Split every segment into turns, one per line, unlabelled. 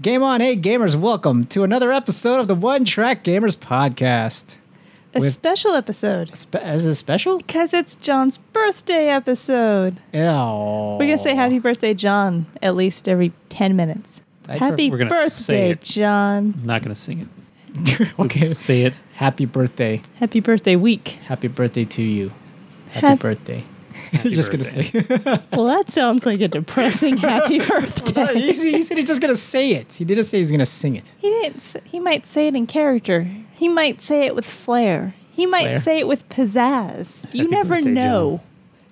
Game on, hey gamers, welcome to another episode of the One Track Gamers podcast.
A
With-
special episode.
Spe- is it special?
Because it's John's birthday episode.
Oh.
We're going to say happy birthday, John, at least every 10 minutes.
I-
happy
We're gonna
birthday,
say it.
John.
I'm not going to sing it. We'll
okay.
just say it.
Happy birthday.
Happy birthday week.
Happy birthday to you. Happy
Hap-
birthday.
Happy
You're just
birthday.
gonna say
Well, that sounds like a depressing happy birthday.
he, he said he's just gonna say it. He didn't say he's gonna sing it.
He didn't. s- He might say it in character. He might say it with flair. He might
Flair?
say it with pizzazz. you
Happy
never
birthday,
know.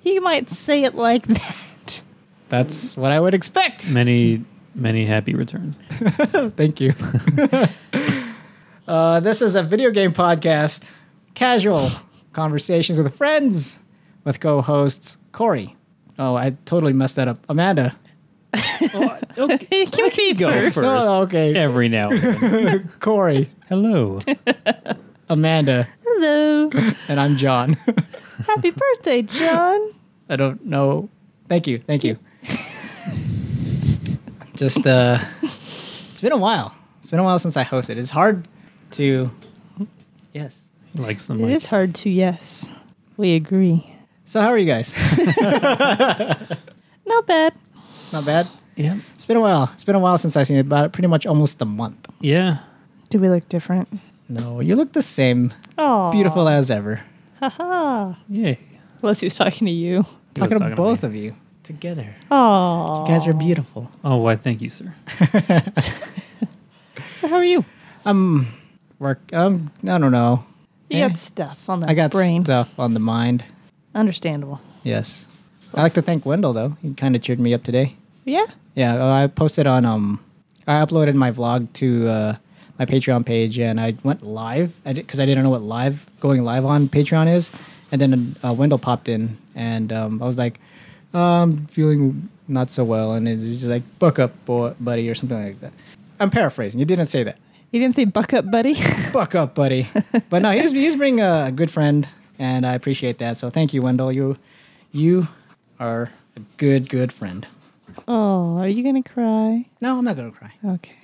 He might say it like that.
That's what I would expect.
Many, many happy returns.
Thank you. uh, this is a video game podcast, casual conversations with friends, with co-hosts Corey. Oh, I totally messed that up. Amanda.
It can be
Go
first.
first.
Oh, okay.
Every now and then.
Corey,
Hello.
Amanda,
Hello.
and I'm John.
Happy birthday, John.
I don't know. Thank you. Thank you. Just uh it's been a while. It's been a while since I hosted. It's hard to Yes.
Like some
It
like,
is hard to, yes. We agree.
So how are you guys?
Not bad.
Not bad.
yeah,
It's been a while. It's been a while since I've seen it, about pretty much almost a month.
yeah.
Do we look different?
No, you look the same.
Oh,
Beautiful as ever.
Haha.
Yay.
Unless he was talking to you.
He was
Talking to
talking to
both
me.
of you together.
Oh.
You guys are beautiful.
Oh, why? Thank you, sir.
So how are you?
Work um I don't know.
You
Eh.
got stuff on the
I got
brain.
stuff on the mind.
Understandable.
Yes. I like to thank Wendell though. He kind of cheered me up today.
Yeah.
Yeah, uh, I posted on um, I uploaded my vlog to uh, my Patreon page, and I went live because I didn't know what live going live on Patreon is, and then uh, Wendell popped in, and um, I was like, um, feeling not so well, and it's just like buck up, boy, buddy, or something like that. I'm paraphrasing. You didn't say that.
You didn't say buck up, buddy.
Buck up, buddy. but no, he's he's being a good friend, and I appreciate that. So thank you, Wendell. You, you are a good good friend.
oh, are you gonna cry?
No, I'm not gonna cry.
Okay.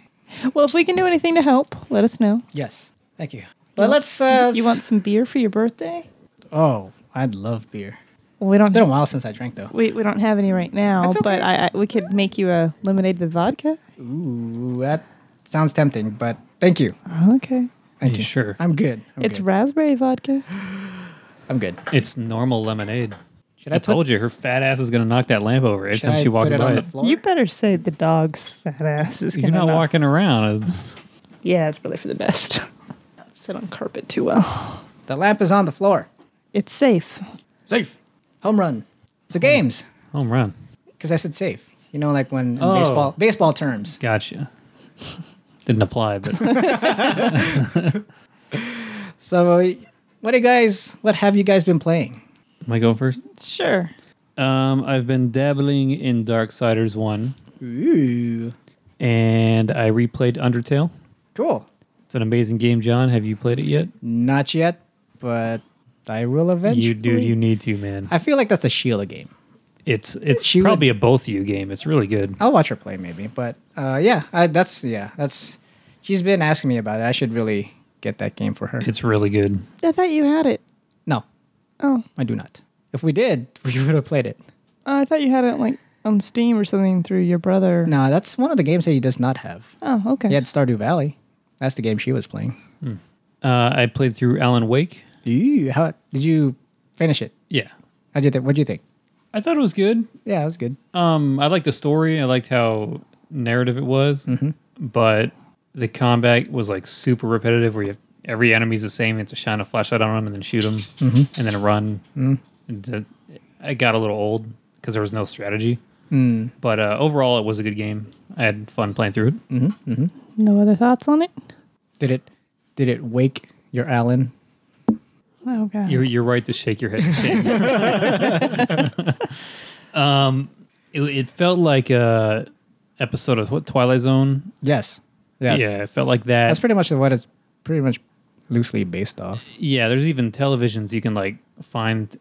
Well, if we can do anything to help, let us know.
Yes. Thank you. But let's. Uh,
You want some beer for your birthday?
Oh, I'd love beer.
Well, we
It's
don't.
been a while since I drank, though.
we, we don't have any right now,
That's okay.
but I, I we could make you a lemonade with vodka.
Ooh, that sounds tempting, but thank you.
Oh, Okay.
Thank
you
you.
sure?
I'm good. I'm
It's
good.
raspberry vodka.
I'm good.
It's normal lemonade.
Should
I,
I put-
told you her fat ass is going to knock that lamp over every
Should
time
I
she walks
put it
by
on
it.
the floor?
You better say the dog's fat ass is
You're
gonna.
not
knock-
walking around.
Yeah, it's really for the best. Not sit on carpet too well.
the lamp is on the floor.
It's safe.
Safe. Home run. So games,
Home run.
because I said safe. You know, like when in
Oh.
baseball baseball terms.
Gotcha. Didn't apply, but
So, what do you guys? What have you guys been playing?
am I going first?
Sure.
Um, I've been dabbling in Darksiders 1,
Ooh,
and I replayed Undertale.
cool.
It's an amazing game, John. Have you played it yet?
Not yet, but I will eventually.
You dude, you need to, man.
I feel like that's a Sheila game.
It's it's
She would-
probably a both you game. It's really good.
I'll watch her play maybe, but uh, yeah, I, that's yeah, that's. She's been asking me about it. I should really get that game for her.
It's really good.
I thought you had it.
no,
Oh,
I do not. If we did, we would have played it.
I thought you had it like on Steam or something through your brother.
No, that's one of the games that he does not have.
Oh, okay.
He had Stardew Valley. That's the game she was playing.
Uh, I played through Alan Wake.
Ew, how did you finish it?
Yeah,
How did you think? What'd you think?
I thought it was good.
Yeah, it was good.
Um, I liked the story. I liked how narrative it was, but the combat was like super repetitive. Where you every enemy's the same. You have to shine a flashlight on them and then shoot them, and then run. And th- it got a little old because there was no strategy. But uh, overall, it was a good game. I had fun playing through it.
No other thoughts on it?
Did it? Did it wake your Alan?
Oh god.
You're, you're right to shake your head. Shane. um, it, it felt like a episode of what Twilight Zone.
Yes. Yes.
Yeah, it felt like that.
That's pretty much what it's pretty much loosely based off.
Yeah, there's even televisions you can like find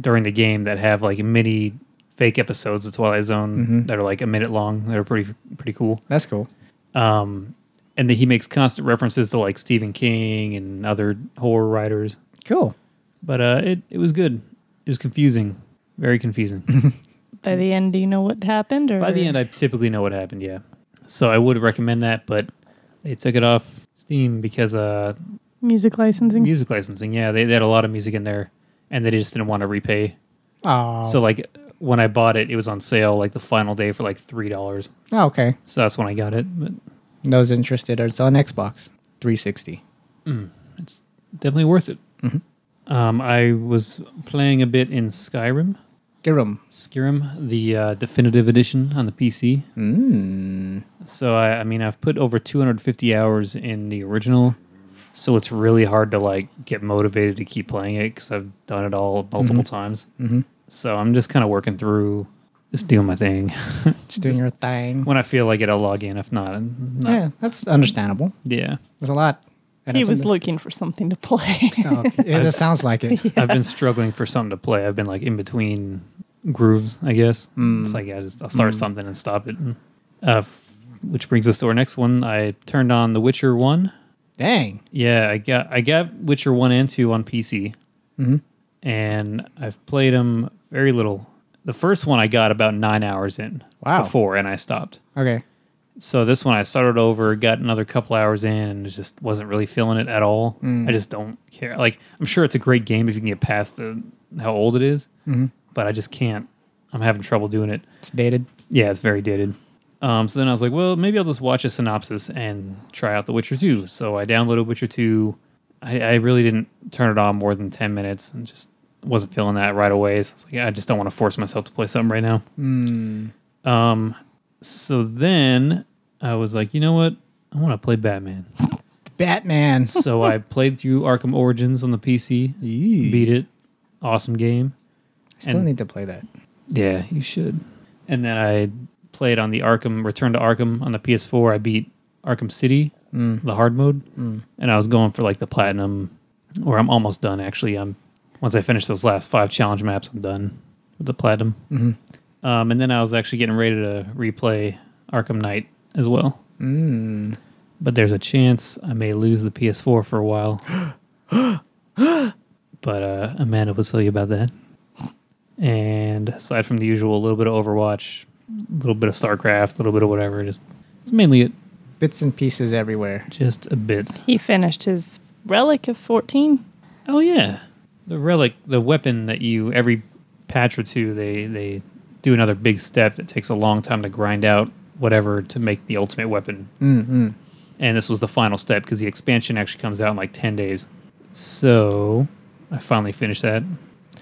during the game that have like mini fake episodes of Twilight Zone that are like a minute long. That are pretty pretty cool.
That's cool.
Um, and then he makes constant references to like Stephen King and other horror writers.
Cool.
But uh, it it was good. It was confusing, very confusing.
By the end, do you know what happened? Or
By the end, I typically know what happened. Yeah, so I would recommend that, but they took it off Steam because uh
music licensing.
music licensing. Yeah, they, they had a lot of music in there, and they just didn't want to repay.
Oh.
So like when I bought it, it was on sale like the final day for like three dollars.
oh, okay.
So that's when I got it. But
Those interested, it's on Xbox 360.
it's definitely worth it. Um, I was playing a bit in Skyrim,
Get 'em.
Skyrim, the uh, definitive edition on the PC.
Mm.
So I, I mean, I've put over 250 hours in the original, so it's really hard to like get motivated to keep playing it because I've done it all multiple times.
Mhm.
So I'm just kind of working through, just doing my thing.
Just doing your thing.
when I feel like it, I'll log in. If not, I'm not
Yeah, that's understandable.
yeah.
There's a lot. and
he
it's
was
under-
looking for something to play.
Oh, okay. Yeah, that sounds like it.
I've been struggling for something to play. I've been like in between grooves, I guess. It's like I just, I'll start something and stop it. Uh, f- which brings us to our next one. I turned on The Witcher One.
Dang.
Yeah, I got I got Witcher One and Two on PC,
Mm-hmm.
and I've played them very little. The first one I got about nine hours in
Wow.
before, and I stopped.
Okay.
So this one I started over, got another couple hours in, and just wasn't really feeling it at all. I just don't care. Like I'm sure it's a great game if you can get past the, how old it is, but I just can't. I'm having trouble doing it.
Mm-hmm. It's dated.
Yeah, it's very dated. Um, so then I was like, well, maybe I'll just watch a synopsis and try out The Witcher 2. So I downloaded Witcher 2. I, I really didn't turn it on more than 10 minutes and just wasn't feeling that right away. So I was like, I just don't want to force myself to play something right now.
Hmm.
Um, so then I was like, you know what? I want to play Batman.
Batman.
so I played through Arkham Origins on the PC,
Yee.
beat it. Awesome game.
Still
and-
need to play that.
Yeah, you should. And then I played on the Arkham Return to Arkham on the PS4. I beat Arkham City, the hard mode, and I was going for like the platinum, or I'm almost done. Actually, I'm once I finish those last five challenge maps, I'm done with the platinum. Um, and then I was actually getting ready to replay Arkham Knight as well.
Mm.
But there's a chance I may lose the PS4 for a while. but uh, Amanda will tell you about that. And aside from the usual, a little bit of Overwatch, a little bit of StarCraft, a little bit of whatever. Just it's mainly it,
Bits and pieces everywhere.
just a bit.
he finished his relic of fourteen.
Oh yeah, the relic, the weapon that you every patch or two they they do another big step that takes a long time to grind out whatever to make the ultimate weapon.
Mm-hmm.
And this was the final step because the expansion actually comes out in like ten days. So I finally finished that.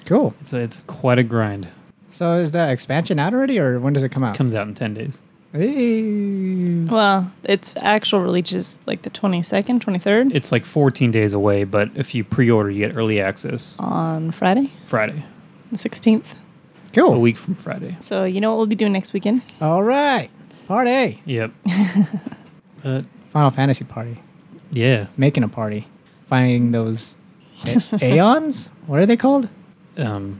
Cool.
It's a, it's quite a grind.
So is the expansion out already, or when does it come out?
Comes out in ten days.
Hey.
Well, its actual release is like the twenty second, twenty third
It's like 14 days away, but if you pre-order, you get early access
on Friday,
Friday,
the sixteenth.
a
Cool.
week from Friday.
So you know what we'll be doing next weekend?
All right. Party.
Yep. but
Final Fantasy party.
yeah,
Making a party. Finding those a- aeons. What are they called?
um,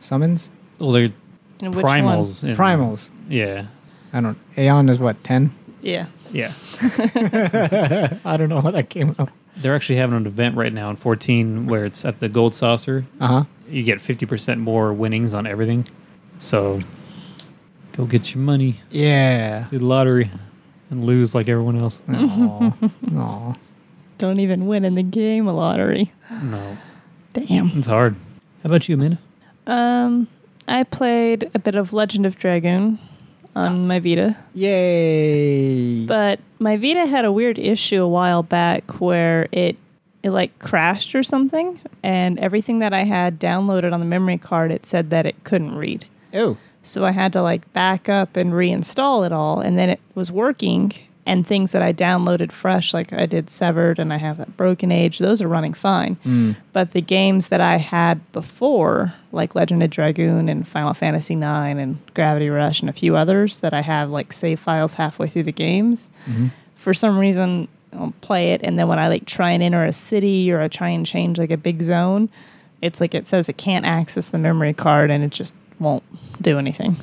Summons.
well, they're
And which one?
primals. in-
Primals.
Yeah,
I don't. Aeon is what ten.
Yeah.
yeah.
I don't know what that came up.
They're actually having an event right now in 14 where it's at the Gold Saucer.
Uh huh.
You get 50% more winnings on everything. So go get your money,
Yeah.
do the lottery, and lose like everyone else.
Aw. Aw.
Don't even win in the game lottery.
No,
Damn.
it's hard. How about you, Amanda?
Um, I played a bit of Legend of Dragoon on my Vita,
Yay.
but my Vita had a weird issue a while back where it it like crashed or something, and everything that I had downloaded on the memory card, it said that it couldn't read.
oh.
So I had to like back up and reinstall it all. And then it was working. And things that I downloaded fresh, like I did Severed and I have that Broken Age, those are running fine. But the games that I had before, like Legend of Dragoon and Final Fantasy IX and Gravity Rush and a few others that I have like save files halfway through the games, for some reason I'll play it, and then when I like try and enter a city or I try and change like a big zone, it's like it says it can't access the memory card and it just won't do anything.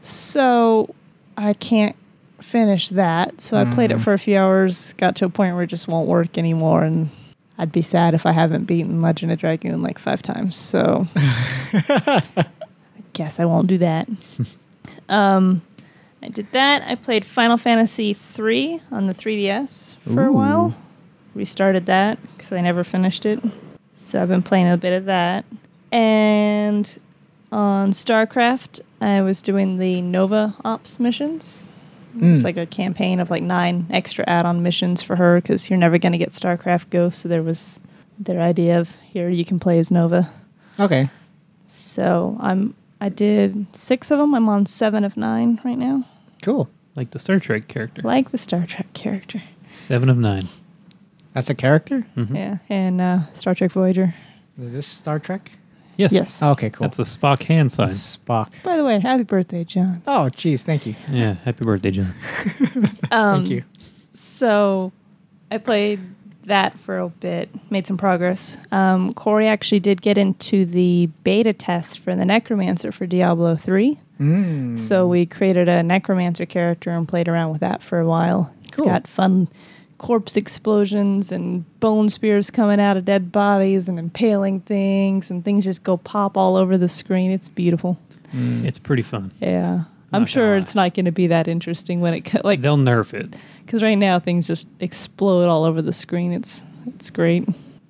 So I can't finish that. So I played it for a few hours, got to a point where it just won't work anymore, and I'd be sad if I haven't beaten Legend of Dragoon like five times. So I guess I won't do that. um, I did that. I played Final Fantasy III on the 3DS for a while. Restarted that because I never finished it. So I've been playing a bit of that. And on StarCraft, I was doing the Nova Ops missions. It's
Mm.
like a campaign of like nine extra add-on missions for her because you're never going to get StarCraft Go. So there was their idea of here you can play as Nova.
Okay.
So I'm I did six of them. I'm on seven of nine right now.
Cool.
Like the Star Trek character.
Like the Star Trek character,
Seven of nine.
That's a character?
yeah, and uh, Star Trek Voyager.
Is this Star Trek?
Yes.
Yes.
Oh, okay, cool.
That's the Spock hand sign.
Spock.
By the way, happy birthday, John.
Oh, jeez, thank you.
Yeah. Happy birthday, John.
Um,
thank you.
So I played that for a bit, made some progress. Um, Corey actually did get into the beta test for the Necromancer for Diablo 3.
Mm.
So we created a Necromancer character and played around with that for a while.
Cool.
It's got fun corpse explosions and bone spears coming out of dead bodies and impaling things, and things just go pop all over the screen. It's beautiful.
It's pretty fun.
Yeah. I'm
gonna
sure
lie.
it's not going to be that interesting when it co- like
They'll nerf it.
because right now things just explode all over the screen. It's it's great.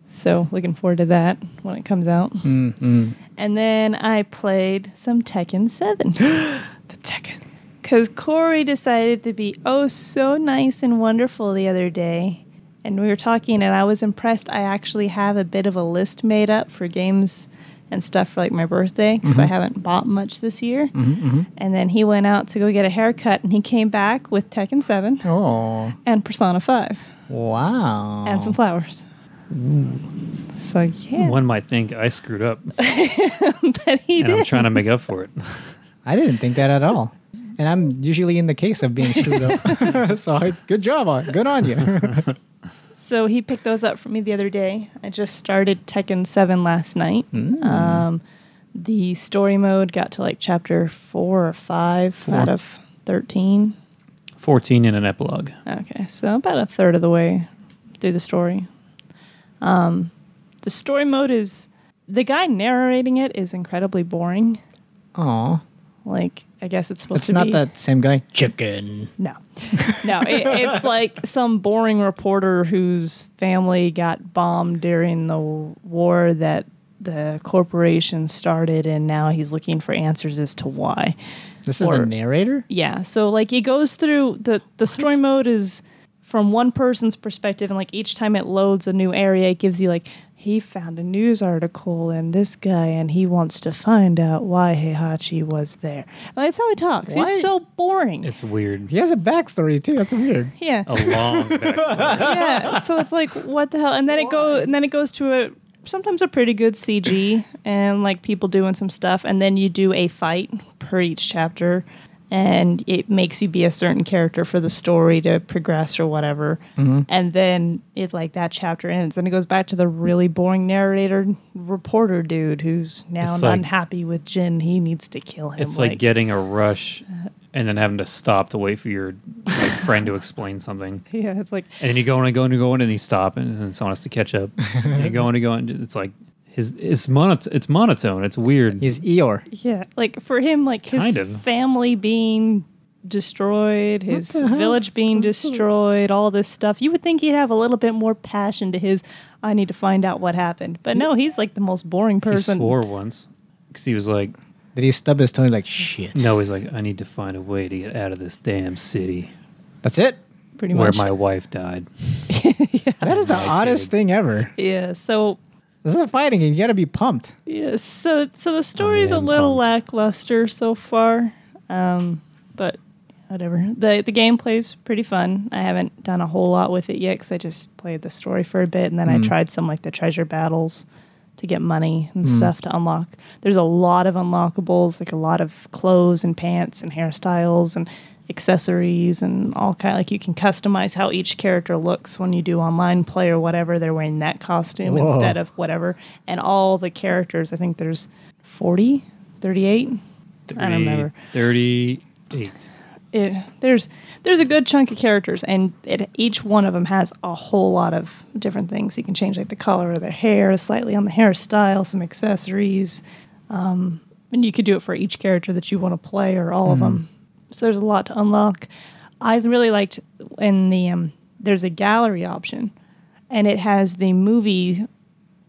So looking forward to that when it comes out.
Mm, mm.
And then I played some Tekken Seven
The Tekken.
because Corey decided to be oh so nice and wonderful the other day, and we were talking, and I was impressed. I actually have a bit of a list made up for games and stuff for like my birthday because I haven't bought much this year. And then he went out to go get a haircut, and he came back with Tekken Seven
Oh,
and Persona Five.
wow.
and some flowers. So yeah,
One might think I screwed up,
but he
and I'm
did.
trying to make up for it.
I didn't think that at all. And I'm usually in the case of being screwed up. so I, good job. on- Good on you.
so he picked those up for me the other day. I just started Tekken Seven last night. Um, the story mode got to like chapter four or five out of thirteen.
Fourteen in an epilogue.
Okay, so about a third of the way through the story. Um, the story mode is the guy narrating it is incredibly boring.
Aw.
Like I guess it's supposed
It's
to
not
be
that same guy. Chicken.
No, no, it, it's like some boring reporter whose family got bombed during the war that the corporation started, and now he's looking for answers as to why.
This is
Or-
the narrator?
Yeah, so like it goes through the the story mode is from one person's perspective, and like each time it loads a new area, it gives you like he found a news article and this guy, and he wants to find out why Heihachi was there. And that's how he talks.
What?
He's so boring.
It's weird.
He has a backstory too. That's weird.
yeah.
A long backstory.
yeah. So it's like, what the hell? And then it go, and then it goes to a sometimes a pretty good CG and like people doing some stuff, and then you do a fight per each chapter, and it makes you be a certain character for the story to progress or whatever.
Mm-hmm.
And then it like that chapter ends, and it goes back to the really boring narrator reporter dude who's now
It's like-
unhappy with Jin. He needs to kill him.
It's like, getting a rush, and then having to stop to wait for your like, friend to explain something.
yeah, it's like
And then you go on and go on and go on, and you stop, and, and someone has to catch up. and you go on and go on. It's like his it's monot- It's monotone. It's weird.
He's Eeyore.
Yeah, like for him, like his
Kind of.
family being destroyed, his
the hell?
village being destroyed, all this stuff. You would think he'd have a little bit more passion to his. I need to find out what happened, but no, he's like the most boring
he
person.
swore once because he was like,
Did he stub his toe like shit?
"No, he's like, I need to find a way to get out of this damn city
That's it.
pretty
where
much.
my wife died."
That is the
My
oddest
kids.
thing ever.
yeah, so
This is a fighting game. You gotta be pumped.
yeah, so so the story's a
am
little
Oh, pumped.
lackluster so far, um, but whatever. the The gameplay's pretty fun. I haven't done a whole lot with it yet because I just played the story for a bit, and then I tried some like the treasure battles to get money and stuff to unlock. There's a lot of unlockables, like a lot of clothes and pants and hairstyles, and accessories and all kind. Like you can customize how each character looks when you do online play or whatever. They're wearing that costume
Whoa.
instead of whatever. And all the characters, I think there's 40, 38. I don't remember.
30, 38.
It, there's there's a good chunk of characters, and it, each one of them has a whole lot of different things. You can change like the color of their hair, slightly on the hairstyle, some accessories, um, and you could do it for each character that you want to play or all of them. So there's a lot to unlock. I really liked in the um, there's a gallery option, and it has the movie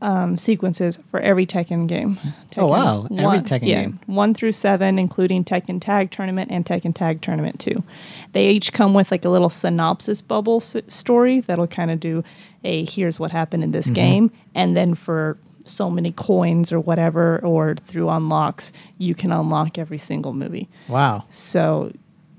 um, sequences for every Tekken game.
Oh, wow. Every
one-
Tekken game.
one through seven, including Tekken Tag Tournament and Tekken Tag Tournament Two. They each come with like a little synopsis bubble s- story that'll kind of do a here's what happened in this
Mm-hmm.
game, and then for so many coins or whatever, or through unlocks, you can unlock every single movie.
Wow.
So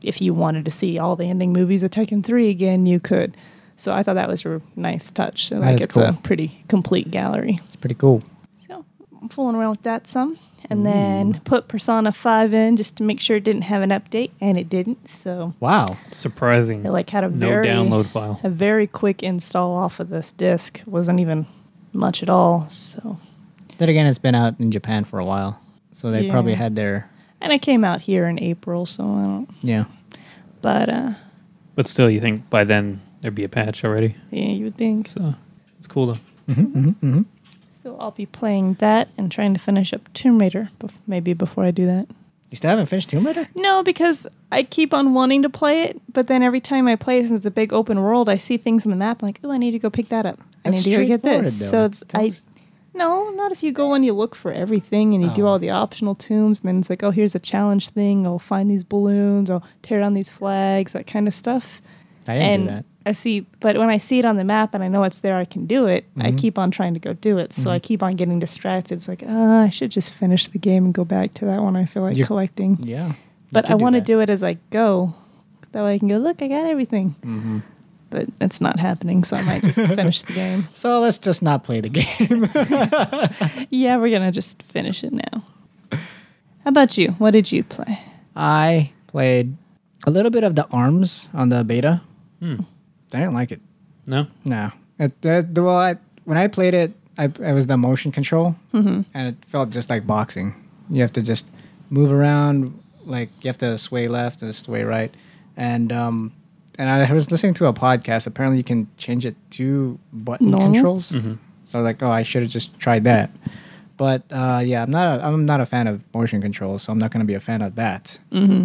if you wanted to see all the ending movies of Tekken 3 again, you could. So I thought that was a nice touch. like
is
it's
cool.
a pretty complete gallery.
It's pretty cool.
So I'm fooling around with that some. And then put Persona 5 in just to make sure it didn't have an update, and it didn't. So
Wow.
Surprising.
it like had a
no
very
download file.
a very quick install off of this disc. Wasn't even much at all. So
Then again, it's been out in Japan for a while, so they
Yeah.
probably had their
and it came out here in April, so I don't
yeah.
but uh
But still, you think by then there'd be a patch already.
yeah, you would think
So it's cool though.
So I'll be playing that and trying to finish up Tomb Raider, bef- maybe before I do that.
You still haven't finished Tomb Raider?
No, because I keep on wanting to play it, but then every time I play it, since it's a big open world, I see things in the map. I'm like, oh, I need to go pick that up. I
That's
need to go get
straightforward,
this.
though.
So it's, I,
That's-
no, not if you go and you look for everything and you do
Oh.
all the optional tombs, and then it's like, oh, here's a challenge thing. I'll find these balloons. I'll tear down these flags. That kind of stuff
I didn't
and
do that.
I see, but when I see it on the map and I know it's there, I can do it.
Mm-hmm.
I keep on trying to go do it, so I keep on getting distracted. It's like, uh, I should just finish the game and go back to that one. I feel like
You're-
collecting,
Yeah, you
but
could
I want to
that.
do it as I go. That way I can go look. I got everything,
Mm-hmm.
but it's not happening. So I might just finish the game.
So let's just not play the game.
Yeah, we're gonna just finish it now. How about you? What did you play?
I played a little bit of the Arms on the beta. I didn't like it.
No?
No. It, it, well, I, when I played it, I, it was the motion control, and it felt just like boxing. You have to just move around, like you have to sway left and sway right, and um, and I was listening to a podcast. Apparently, you can change it to button
Normal?
controls. So like, oh, I should have just tried that. But uh, yeah, I'm not. A, I'm not a fan of motion controls, so I'm not going to be a fan of that.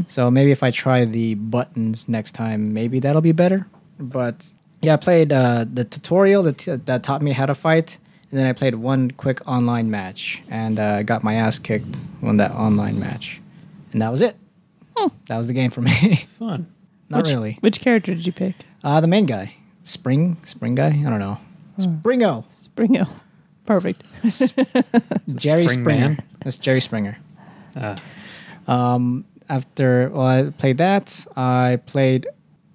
So maybe if I try the buttons next time, maybe that'll be better. But yeah, I played uh, the tutorial that that taught me how to fight, and then I played one quick online match, and uh, I got my ass kicked on that online match, and that was it. That was the game for me.
Fun.
not
which,
really.
Which character did you pick?
Uh, the main guy, Spring, Spring guy. I don't know. Springo,
Springo. Perfect.
Jerry
Spring
Springer.
Man?
That's Jerry Springer. Um,
Uh,
after well, I played that, I played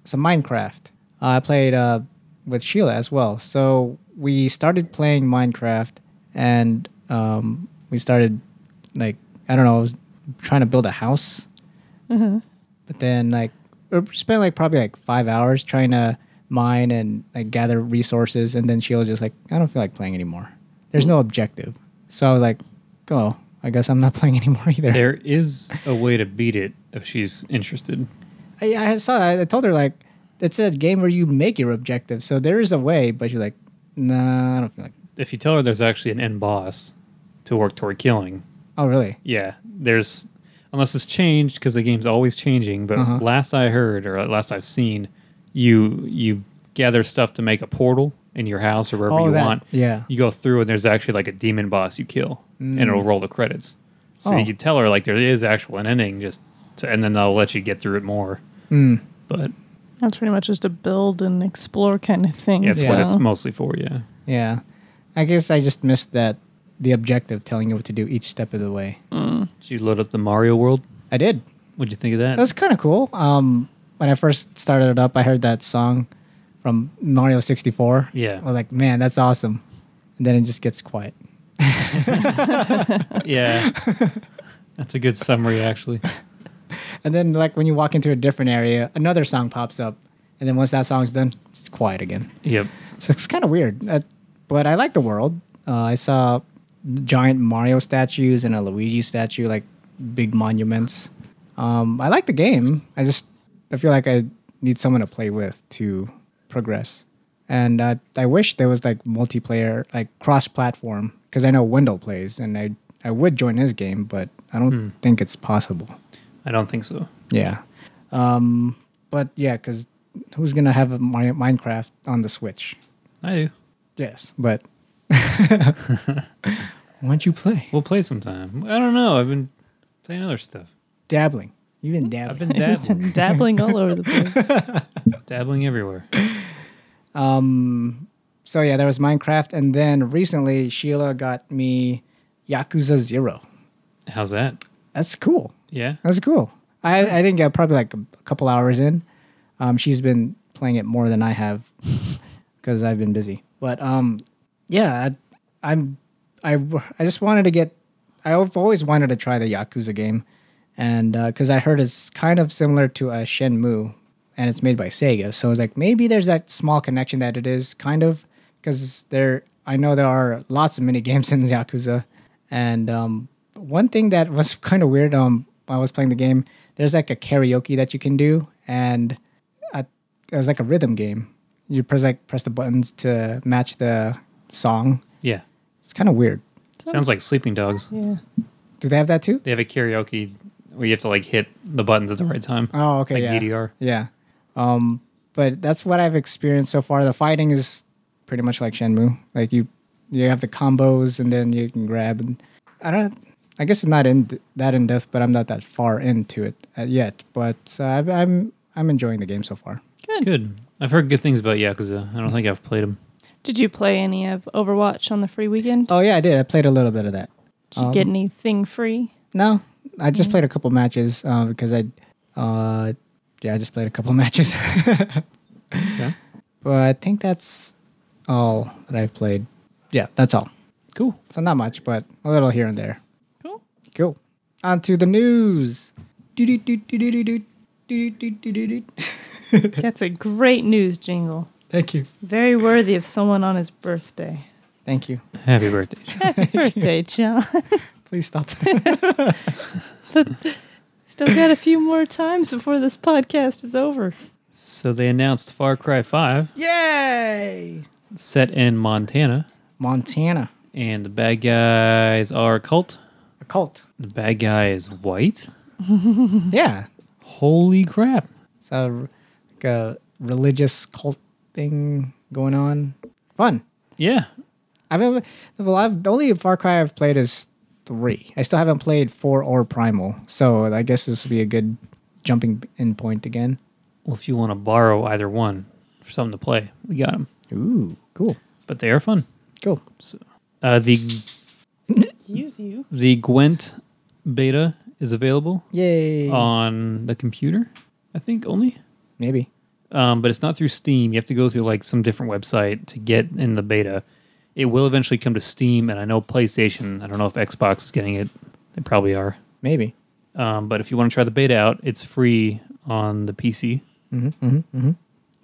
some Minecraft. I played uh, with Sheila as well. So we started playing Minecraft, and um, we started like I don't know, I was trying to build a house, but then like we spent like probably like five hours trying to mine and like gather resources, and then Sheila just like I don't feel like playing anymore. There's no objective, so I was like, oh, I guess I'm not playing anymore either.
there is a way to beat it if she's interested.
I, I saw that. I told her like it's a game where you make your objective, so there is a way. But she's like, nah, I don't feel like.
If you tell her there's actually an end boss to work toward killing,
Oh really?
yeah, there's unless it's changed because the game's always changing. But
Uh-huh.
last I heard or last I've seen, you you gather stuff to make a portal in your house or wherever
Oh,
you
that-
want.
yeah.
you go through and there's actually like a demon boss you kill, and it'll roll the credits. So
Mm. Oh.
you could tell her like there is actual an ending, just to, and then they'll let you get through it more.
Mm.
But
That's pretty much just a build and explore kind of thing.
yeah, it's
so.
what it's mostly for. Yeah,
Yeah, I guess I just missed that the objective telling you what to do each step of the way.
did you load up the Mario World?
I did.
What'd you think of that?
That was kind of cool. Um, when I first started it up, I heard that song from Mario sixty four.
Yeah.
I was like, man, that's awesome. And then it just gets quiet.
yeah, that's a good summary actually.
and then like when you walk into a different area, another song pops up, and then once that song's done, it's quiet again.
Yep.
So it's kind of weird, uh, but I like the world. Uh, I saw giant Mario statues and a Luigi statue, like big monuments. Um, I like the game. I just I feel like I need someone to play with to progress, and uh, I wish there was like multiplayer, like cross-platform, because I know Wendell plays, and I I would join his game, but I don't think it's possible.
I don't think so.
Yeah. Um, but yeah, because who's gonna have a Mi- Minecraft on the Switch?
I do.
Yes, but why don't you play?
We'll play sometime. I don't know. I've been playing other stuff.
Dabbling. You've been dabbling.
I've been
He's just
dabbling,
been dabbling all over the place.
dabbling everywhere.
um, so yeah, there was Minecraft, and then recently Sheila got me Yakuza Zero.
How's that?
That's cool.
Yeah.
That's cool. I, I didn't get probably like a couple hours in. Um, she's been playing it more than I have because I've been busy. But um, yeah, I, I'm I I just wanted to get. I've always wanted to try the Yakuza game, and because I heard it's kind of similar to a Shenmue, and it's made by Sega, so it's like maybe there's that small connection that it is kind of because there. I know there are lots of mini games in Yakuza, and um, one thing that was kind of weird um, when I was playing the game, there's like a karaoke that you can do, and I, it was like a rhythm game. You press like press the buttons to match the song.
Yeah.
It's kind of weird.
Sounds like Sleeping Dogs.
Yeah.
Do they have that too?
They have a karaoke where you have to like hit the buttons at the right time.
Oh, okay.
Like
yeah.
DDR.
Yeah. Um, but that's what I've experienced so far. The fighting is pretty much like Shenmue. Like you, you have the combos, and then you can grab. And I don't. I guess it's not in that in depth, but I'm not that far into it uh, yet. But uh, I've- I'm I'm enjoying the game so far.
Good.
Good. I've heard good things about Yakuza. I don't think I've played them.
Did you play any of Overwatch on the free weekend?
Oh yeah, I did. I played a little bit of that.
Did
Um,
you get anything free?
No, I just played a couple matches uh, because I, uh, yeah, I just played a couple matches.
Okay.
But I think that's all that I've played. Yeah, that's all.
Cool.
So not much, but a little here and there.
Cool.
Cool. On to the news. Do-do-do-do-do-do-do. Do-do-do-do-do-do.
That's a great news jingle.
Thank you.
Very worthy of someone on his birthday.
Thank you.
Happy birthday.
Happy birthday, John.
Please stop that.
Still got a few more times before this podcast is over.
so they announced Far Cry 5
Yay!
set in Montana
Montana.
and the bad guys are a cult.
A cult.
The bad guy is white.
Yeah.
Holy crap.
It's a, like a religious cult thing going on. Fun.
Yeah.
I've ever, well, I've, the only Far Cry I've played is three. I still haven't played four or Primal, so I guess this would be a good jumping in point again.
Well, if you want to borrow either one for something to play, we got them.
Ooh, cool,
But they are fun.
cool.
Uh, the
Use you.
the Gwent beta is available
Yay!
on the computer, I think only.
Maybe.
Um, but it's not through Steam. You have to go through like some different website to get in the beta. It will eventually come to Steam, and I know PlayStation. I don't know if Xbox is getting it. They probably are.
Maybe.
Um, but if you want to try the beta out, it's free on the PC.
And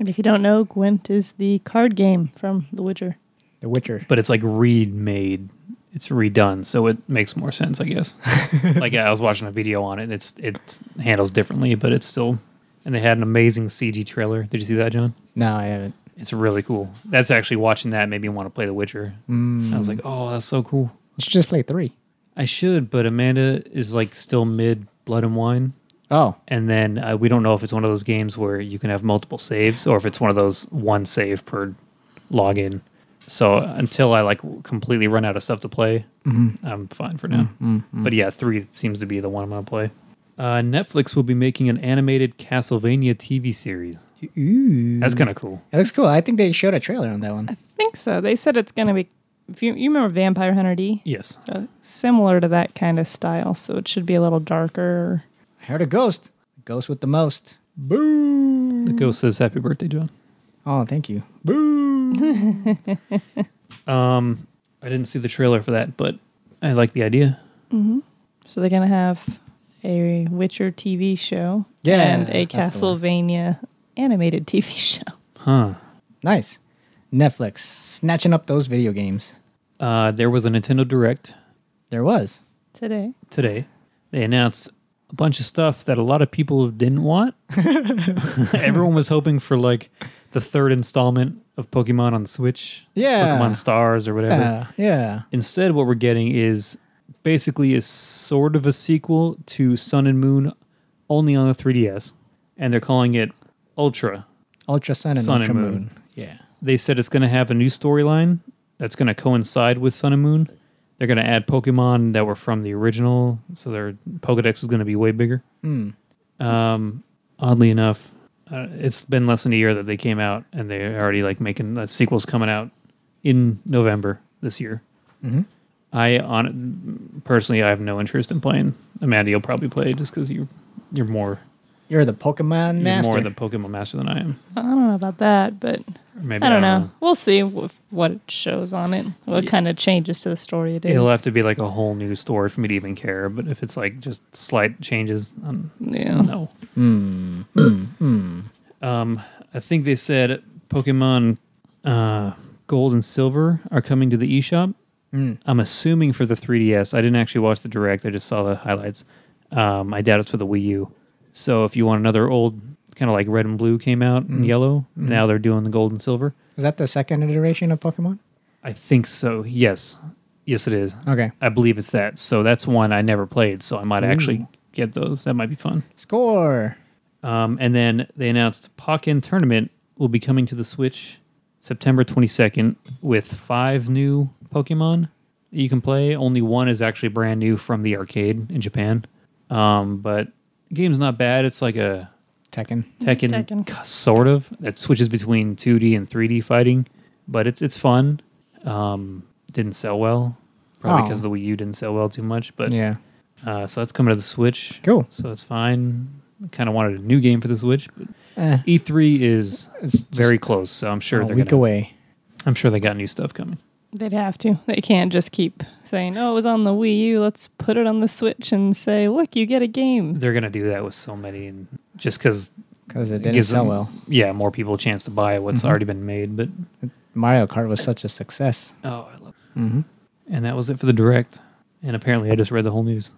if you don't know, Gwent is the card game from The Witcher.
The Witcher.
but it's like remade. It's redone, so it makes more sense, I guess. like I was watching a video on it, and it's it handles differently, but it's still. And they had an amazing CG trailer. Did you see that, John?
No, I haven't.
It's really cool. That's actually watching that made me want to play The Witcher. I was like, oh, that's so cool.
You should just play three.
I should, but Amanda is like still mid Blood and Wine,
Oh,
and then uh, we don't know if it's one of those games where you can have multiple saves or if it's one of those one save per login. So until I like completely run out of stuff to play, I'm fine for now. But yeah, three seems to be the one I'm gonna play. Uh, Netflix will be making an animated Castlevania TV series.
ooh,
That's kind of cool.
it looks cool. I think they showed a trailer on that one.
think so. They said it's going to be. If you, you remember Vampire Hunter D?
Yes.
Uh, similar to that kind of style, so it should be a little darker.
I heard a ghost. Ghost with the most.
The ghost says happy birthday, John.
Oh, thank you.
Um,
Mm-hmm.
I didn't see the trailer for that, but I like the idea.
So they're going to have a Witcher TV show,
Yeah,
and a
that's the one.
Castlevania animated TV show.
Huh.
Nice. Netflix snatching up those video games.
Uh, there was a Nintendo Direct
There was.
Today,
today. They announced a bunch of stuff that a lot of people didn't want. Everyone was hoping for like the third installment of Pokemon on the Switch.
Yeah.
Pokemon Stars or whatever.
Yeah. Yeah.
Instead, what we're getting is basically a sort of a sequel to Sun and Moon, only on the 3DS, and they're calling it Ultra.
Ultra Sun and
Sun
Ultra
and
Moon.
Moon.
Yeah.
They said it's going to have a new storyline that's going to coincide with Sun and Moon. They're going to add Pokemon that were from the original, so their Pokedex is going to be way bigger.
Hmm.
Um, oddly enough, uh, it's been less than a year that they came out, and they're already like making that sequel's coming out in November this year.
Mhm.
I on personally, I have no interest in playing. Amanda, you'll probably play just because you you're more
You're the Pokemon
you're
master.
more the Pokemon master than I am.
I don't know about that, but
Or maybe
I don't know. We'll see wh- what it shows on it, what kind of changes to the story it is.
It'll have to be like a whole new story for me to even care. But if it's like just slight changes, um,
yeah.
no. Hmm. Um, I think they said Pokemon uh, Gold and Silver are coming to the eShop. I'm assuming for the 3DS. I didn't actually watch the direct. I just saw the highlights. Um, I doubt it's for the Wii U. So if you want another old, kind of like Red and Blue came out and Yellow, now they're doing the Gold and Silver.
Is that the second iteration of Pokemon?
I think so. Yes, yes, it is.
Okay.
I believe it's that. So that's one I never played. So I might actually get those. That might be fun.
Score.
Um, and then they announced Pokken Tournament will be coming to the Switch September 22nd with five new Pokemon that you can play. Only one is actually brand new from the arcade in Japan. Um, but the game's not bad. It's like a
Tekken.
Tekken,
Tekken.
k- sort of that switches between 2D and 3D fighting, but it's it's fun. Um, didn't sell well, probably
Oh.
because the Wii U didn't sell well too much. But
Yeah.
uh, so that's coming to the Switch.
Cool.
So that's fine. Kind of wanted a new game for the Switch. But
Eh,
E3 E is
it's
very close, so I'm sure
a
they're
week
gonna,
away.
I'm sure they got new stuff coming.
They'd have to. They can't just keep saying, "Oh, it was on the Wii U. Let's put it on the Switch and say, look, you get a game."
They're gonna do that with so many, and just because
Because it
it
didn't
gives
sell
them,
well.
yeah, more people a chance to buy what's already been made. But
Mario Kart was such a success. Mm-hmm.
oh, I love. And that was it for the direct. And apparently, I just read the whole news.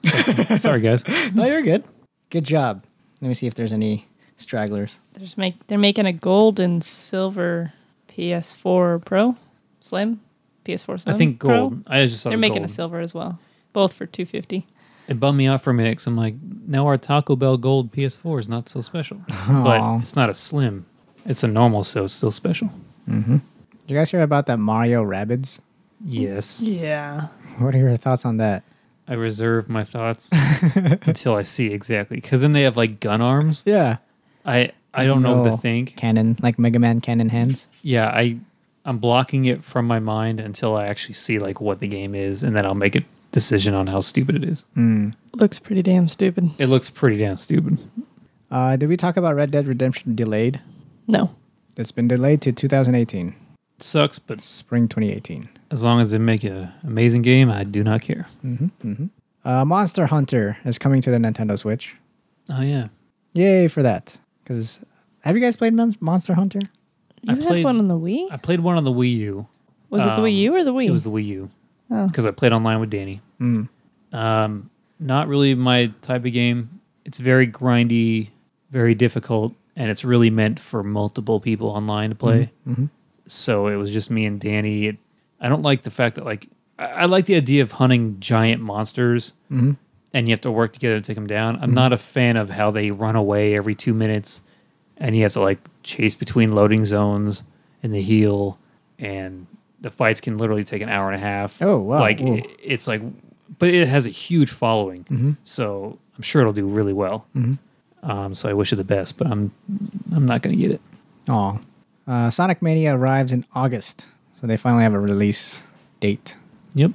Sorry, guys.
oh, you're good. Good job. Let me see if there's any stragglers.
They're just make they're making a gold and silver PS4 Pro Slim, PS4 Slim.
I think
Pro.
gold. I just saw
They're
the
making
gold.
a silver as well, both for two fifty.
It bummed me out for a minute because I'm like, now our Taco Bell Gold PS4 is not so special, but it's not a slim. It's a normal, so it's still special.
Mm-hmm. Did you guys hear about that Mario Rabbids?
Yes,
Yeah,
What are your thoughts on that?
I reserve my thoughts until I see exactly because then they have like gun arms.
Yeah.
I I don't know what
No.
to think.
Cannon, like Mega Man cannon hands.
Yeah, I I'm blocking it from my mind until I actually see like what the game is, and then I'll make a decision on how stupid it is.
Hmm.
looks pretty damn stupid.
It looks pretty damn stupid.
Uh, did we talk about Red Dead Redemption delayed?
No,
It's been delayed to 2018,
Sucks, but
spring 2018.
as long as they make an amazing game, I do not care.
Uh, Monster Hunter is coming to the Nintendo Switch.
Oh yeah,
Yay for that! Because have you guys played Mon- Monster Hunter?
you
I
had
played-
one on the Wii.
I played one on the Wii U.
Was it the
um,
Wii U or the Wii?
It was the Wii U
oh.
because I played online with Danny.
Mm.
Um, not really my type of game. It's very grindy, very difficult, and it's really meant for multiple people online to play.
mhm.
So it was just me and Danny. It, I don't like the fact that like I, I like the idea of hunting giant monsters,
Mhm.
and you have to work together to take them down.
Mm-hmm.
I'm not a fan of how they run away every two minutes, and you have to like chase between loading zones and the heal, and the fights can literally take an hour and a half.
Oh, wow.
Like
Ooh.
it- it's like, but it has a huge following,
Mm-hmm.
so I'm sure it'll do really well. Um, so I wish it the best, but I'm I'm not gonna get it.
Oh, uh, Sonic Mania arrives in August, so they finally have a release date.
Yep.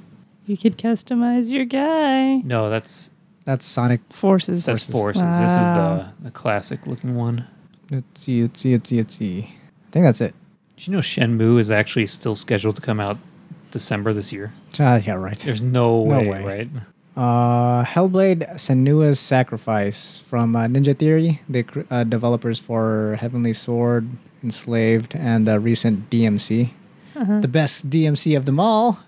You could customize your guy.
No, that's
That's Sonic.
Forces.
that's forces. This is the the classic looking one.
Let's see, let's see, let's see, let's see. I think that's it.
Did you know Shenmue is actually still scheduled to come out December this year?
Ah, yeah, right.
There's no,
No
way,
way.
right?
Uh, Hellblade: Senua's Sacrifice from uh, Ninja Theory, the cr- uh, developers for Heavenly Sword, Enslaved, and the recent DMC. The best DMC of them all.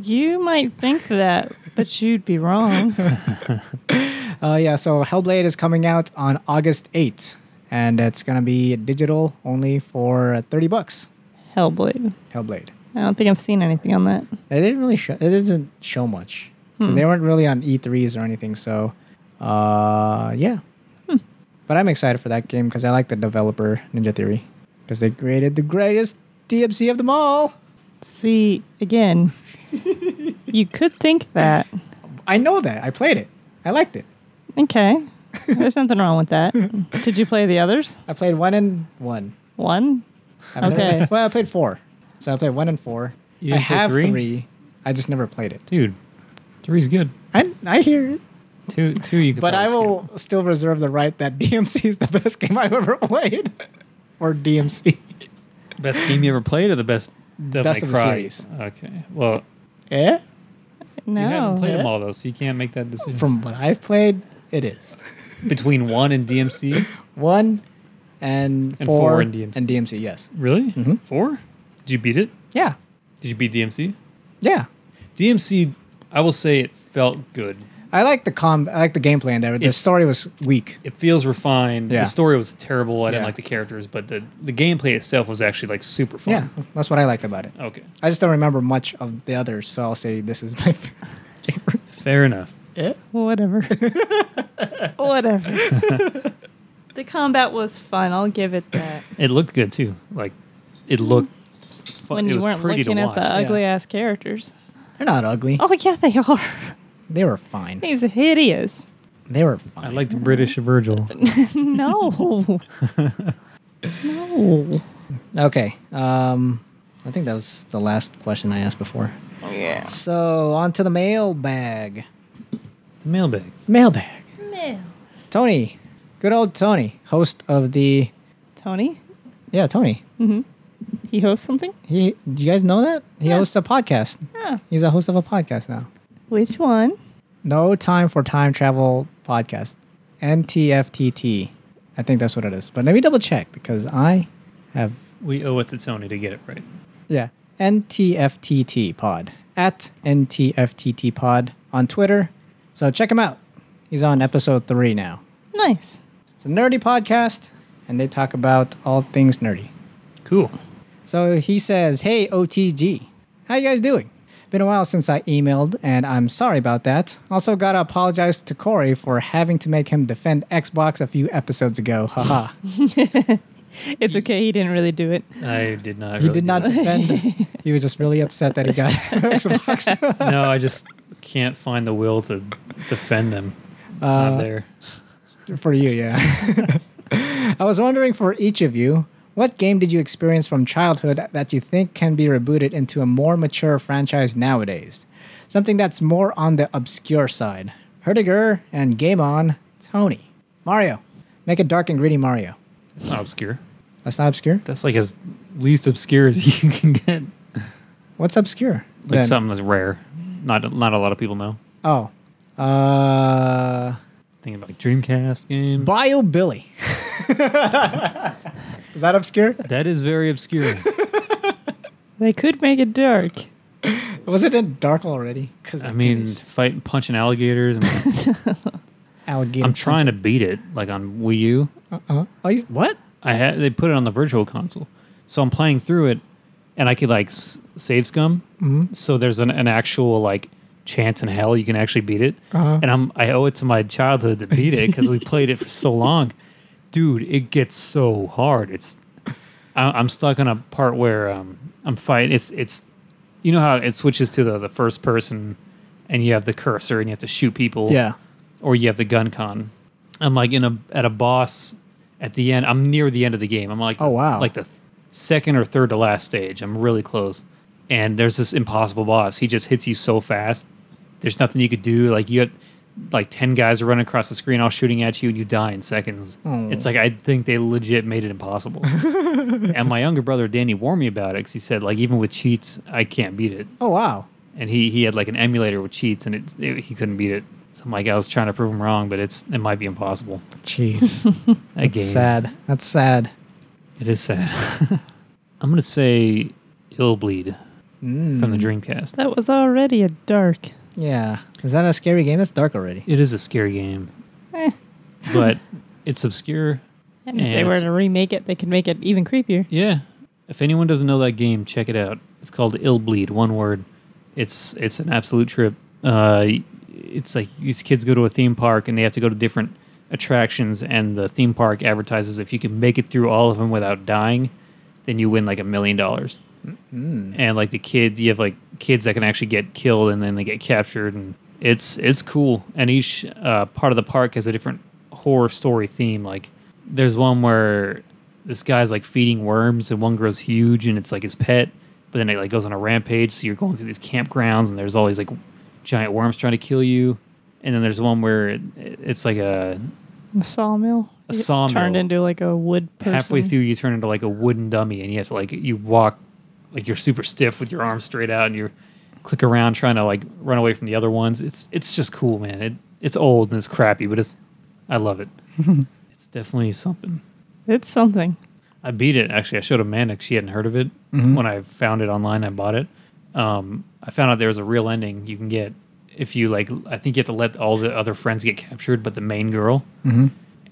You might think that, but you'd be wrong.
Uh, yeah, so Hellblade is coming out on August 8th, and it's gonna be digital only for uh, 30 bucks.
Hellblade.
Hellblade.
I don't think I've seen anything on that.
They didn't really show. It doesn't show much.
Hmm.
'Cause They weren't really on E3s or anything. So, uh, yeah.
Hmm.
But I'm excited for that game because I like the developer Ninja Theory because they created the greatest DMC of them all.
See, again, you could think that.
I know that. I played it. I liked it.
Okay. There's nothing wrong with that. Did you play the others?
I played one and one.
One?
I played-
Okay.
well, I played four. So I played one and four.
You
I
didn't play
have
three?
I just never played it.
dude. Three's good.
I, I hear it.
Two, two. You could
But I
probably skip.
will still reserve the right that DMC is the best game I've ever played. or DMC.
Best game you ever played, or the best? Devil
Best
May
of the
Cry?
series.
Okay. Well,
Eh?
No.
you haven't played them all though, so you can't make that decision.
From what I've played, it is
between one and DMC,
one and,
And
four,
four in DMC.
and DMC. Yes.
really?
Mhm.
Four? Did you beat it?
Yeah.
Did you beat DMC?
Yeah.
DMC, I will say it felt good.
I like the com. I like the gameplay in there. The
It's-
story was weak.
It feels refined.
Yeah.
The story was terrible. I didn't
Yeah.
like the characters, but the, the gameplay itself was actually like super
Yeah,
fun.
that's what I liked about it.
Okay.
I just don't remember much of the others, so I'll say this is my favorite.
Fair enough.
Whatever. Whatever. the combat was fun. I'll give it that.
It looked good too. Like it looked fun.
when
it
you
was
weren't
pretty
looking
to
at
watch.
the ugly
Yeah.
ass characters.
They're not ugly.
Oh yeah, they are.
They were fine.
He's hideous.
They were fine.
I like the British Virgil.
No. no.
Okay. Um, I think that was the last question I asked before.
Yeah.
So on to the mailbag.
The mailbag.
Mailbag. Tony, good old Tony, host of the
Tony,
yeah Tony.
he hosts something.
He, do you guys know that he
Yeah.
hosts a podcast?
Yeah.
He's a host of a podcast now.
Which one?
No time for time travel podcast, NTFTT. I think that's what it is. But let me double check because I have
We owe it to Tony to get it right.
yeah NTFTT pod at NTFTT pod on Twitter. So check him out. He's on episode three now.
Nice.
It's a nerdy podcast, and they talk about all things nerdy.
Cool.
So he says, "Hey OTG, how you guys doing? Been a while since I emailed, and I'm sorry about that. Also, gotta apologize to Corey for having to make him defend Xbox a few episodes ago. Haha,
It's okay. He didn't really do it.
I did not.
he did
really do
not
that.
defend. he was just really upset that he got Xbox.
no, I just can't find the will to defend them. It's
Uh,
not there.
for you, yeah. I was wondering for each of you." What game did you experience from childhood that you think can be rebooted into a more mature franchise nowadays? Something that's more on the obscure side. Herdiger and Game On, Tony. Mario. Make it dark and gritty Mario.
It's not obscure.
That's not obscure?
That's like as least obscure as you can get.
What's obscure?
Like
then?
something that's rare. Not not a lot of people know.
Oh. Uh,
Thinking about like Dreamcast games.
Bio Billy. Is that obscure?
that is very obscure.
They could make it dark.
Was it in Dark already? 'Cause
I
that
mean,
thing is
fighting punching alligators. And
alligator
I'm trying to beat it, like on Wii U.
Uh-uh. Oh, you- what?
I had they put it on the virtual console, so I'm playing through it, and I could like s- save scum.
Mm-hmm.
So there's an, an actual like chance in hell you can actually beat it,
Uh-huh.
and I'm I owe it to my childhood to beat it because we played it for so long, dude. It gets so hard. It's I, I'm stuck on a part where um I'm fighting. It's it's you know how it switches to the the first person, and you have the cursor and you have to shoot people
Yeah.
or you have the gun con. I'm like in a at a boss at the end. I'm near the end of the game. I'm like
Oh, wow.
like the th- second or third to last stage. I'm really close. And there's this impossible boss. He just hits you so fast. There's nothing you could do. Like you have like ten guys are running across the screen, all shooting at you, and you die in seconds.
Oh.
It's like I think they legit made it impossible. and my younger brother Danny warned me about it because he said like even with cheats, I can't beat it
Oh, wow.
and he he had like an emulator with cheats and it, it- he couldn't beat it So I'm like, I was trying to prove him wrong, but it's it might be impossible.
Jeez,
That
that's
game-
sad. That's sad.
It is sad. I'm gonna say Ill Bleed from the
Mm.
Dreamcast.
That was already a dark.
Yeah, is that a scary game? That's dark already.
It is a scary game,
Eh.
but it's obscure.
And if
Yeah,
they were
it's-
to remake it, they could make it even creepier.
Yeah. If anyone doesn't know that game, check it out. It's called Ill Bleed. One word. It's it's an absolute trip. Uh, it's like these kids go to a theme park and they have to go to different attractions, and the theme park advertises if you can make it through all of them without dying, then you win like a million dollars. And like the kids, you have like kids that can actually get killed and then they get captured, and it's it's cool. And each uh, part of the park has a different horror story theme. Like there's one where this guy's like feeding worms, and one grows huge, and it's like his pet. But then it like goes on a rampage. So you're going through these campgrounds, and there's all these like giant worms trying to kill you. And then there's one where it- it's like a
The sawmill.
A
It
sawmill.
Turned into like a wood person.
halfway through you turn into like a wooden dummy and you have to like you walk like you're super stiff with your arms straight out and you click around trying to like run away from the other ones it's it's just cool man it it's old and it's crappy but it's i love it it's definitely something
It's something.
i beat it actually i showed amanda 'cause she hadn't heard of it
Mm-hmm.
when i found it online i bought it um i found out there was a real ending you can get if you like i think you have to let all the other friends get captured but the main girl
Mm-hmm.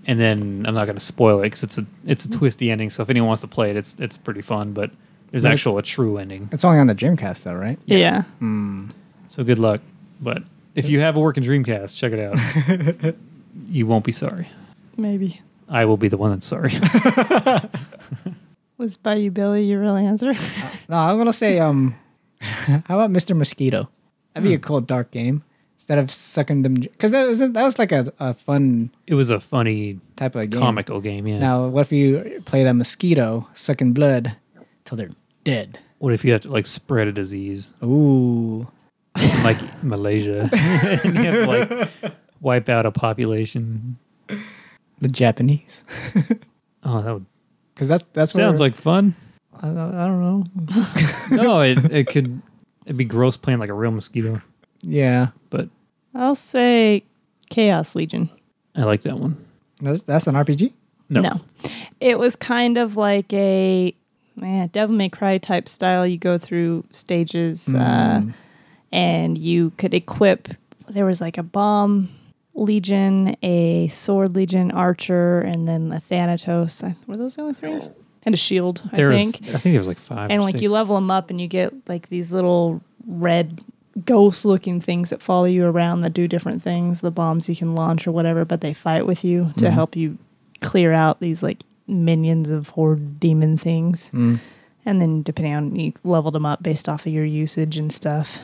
and then I'm not going to spoil it because it's a it's a twisty ending. So if anyone wants to play it, it's it's pretty fun. But there's
Right.
actual a true ending.
It's only on the Dreamcast though, right?
Yeah.
So good luck. But if you have a working Dreamcast, check it out. you won't be sorry.
Maybe.
I will be the one that's sorry.
Was Bayou Billy your real answer?
No, I'm gonna say um, how about Mr. Mosquito? That'd be a cool dark game instead of sucking them because that was that was like a, a fun
it was a funny
type of game.
comical game. Yeah.
Now, what if you play that mosquito sucking blood till they're dead?
what if you have to like spread a disease
Ooh,
like Malaysia and you have to like wipe out a population?
the Japanese.
Oh, that would,
Because that's that's
sounds
where-
like fun.
I, I don't know.
No, it it could it'd be gross playing like a real mosquito,
Yeah,
but
I'll say Chaos Legion.
I like that one.
that's that's an RPG.
No.
It was kind of like a eh, Devil May Cry type style. You go through stages
Hmm.
uh,
Mm.
and you could equip. There was like a bomb legion, a sword legion, archer, and then a Thanatos. I- Were those the only three? And a shield,
There
I
was,
think.
I think there was like five.
and
or
like
six.
you level them up and you get like these little red ghost looking things that follow you around that do different things the bombs you can launch or whatever but they fight with you to
Mm-hmm.
help you clear out these like minions of horde demon things
Mm.
and then depending on you leveled them up based off of your usage and stuff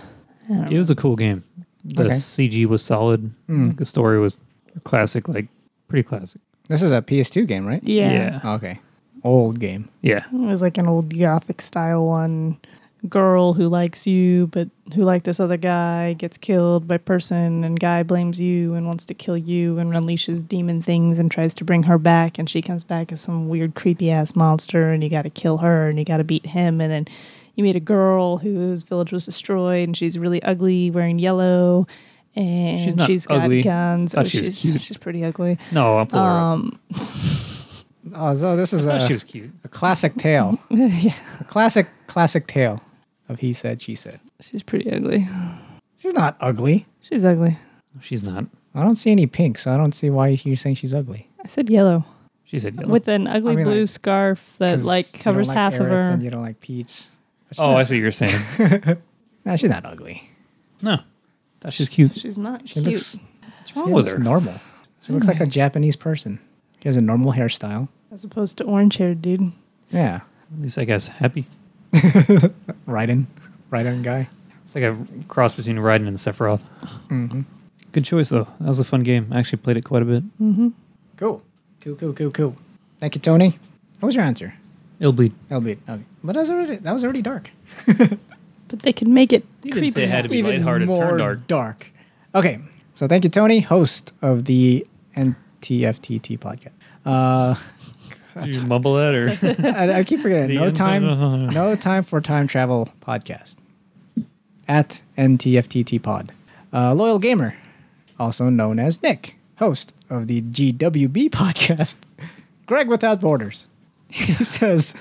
I don't
It was a cool game. The
Okay.
CG was solid. The story was classic, like pretty classic.
This is a PS2 game, right?
yeah.
Okay, old game.
Yeah.
It was like an old gothic style one. Girl who likes you, but who liked this other guy, gets killed by person, and guy blames you and wants to kill you and unleashes demon things and tries to bring her back. And she comes back as some weird, creepy ass monster, and you got to kill her and you got to beat him. And then you meet a girl whose village was destroyed, and she's really ugly, wearing yellow, and
She's not
she's got
ugly.
guns. Oh,
Thought she was cute.
she's, she's pretty ugly.
No, I'm poor.
Um,
Oh, so this is
I thought
a,
she was cute.
a classic tale.
yeah,
a classic classic tale of he said she said.
she's pretty ugly.
She's not ugly.
She's ugly.
No, She's not.
I don't see any pink, so I don't see why you're saying she's ugly.
I said yellow.
She said yellow.
with an ugly
I mean,
blue
like,
scarf that
'Cause
like
you don't
covers
like
half of
Aerith
her.
And you don't like Peach. But she's
oh, I
not,
see what you're saying.
nah, she's not ugly.
no. Thought she was cute.
She's not
She
cute.
looks
What's
she
wrong with
looks
her? Hmm.
normal. She looks like a Japanese person. She has a normal hairstyle.
As opposed to orange haired dude.
Yeah,
At least I guess happy.
Raiden, Raiden guy.
It's like a cross between Raiden and Sephiroth. Good choice though. That was a fun game. I actually played it quite a bit.
Cool, cool, cool, cool, cool. Thank you, Tony. What was your answer?
It'll be.
That'll be okay. But that was already that was already dark.
But they can make it
You didn't
creepy.
say it had to be
Even
lighthearted, turn
more
dark.
dark. Okay, so thank you, Tony, host of the NTFTT podcast. Uh,
Did you mumble that or?
I, I keep forgetting.
The
no
end-
time, no time for time travel podcast at NTFTT pod. Uh, loyal gamer also known as Nick, host of the GWB podcast, Greg Without Borders. He says,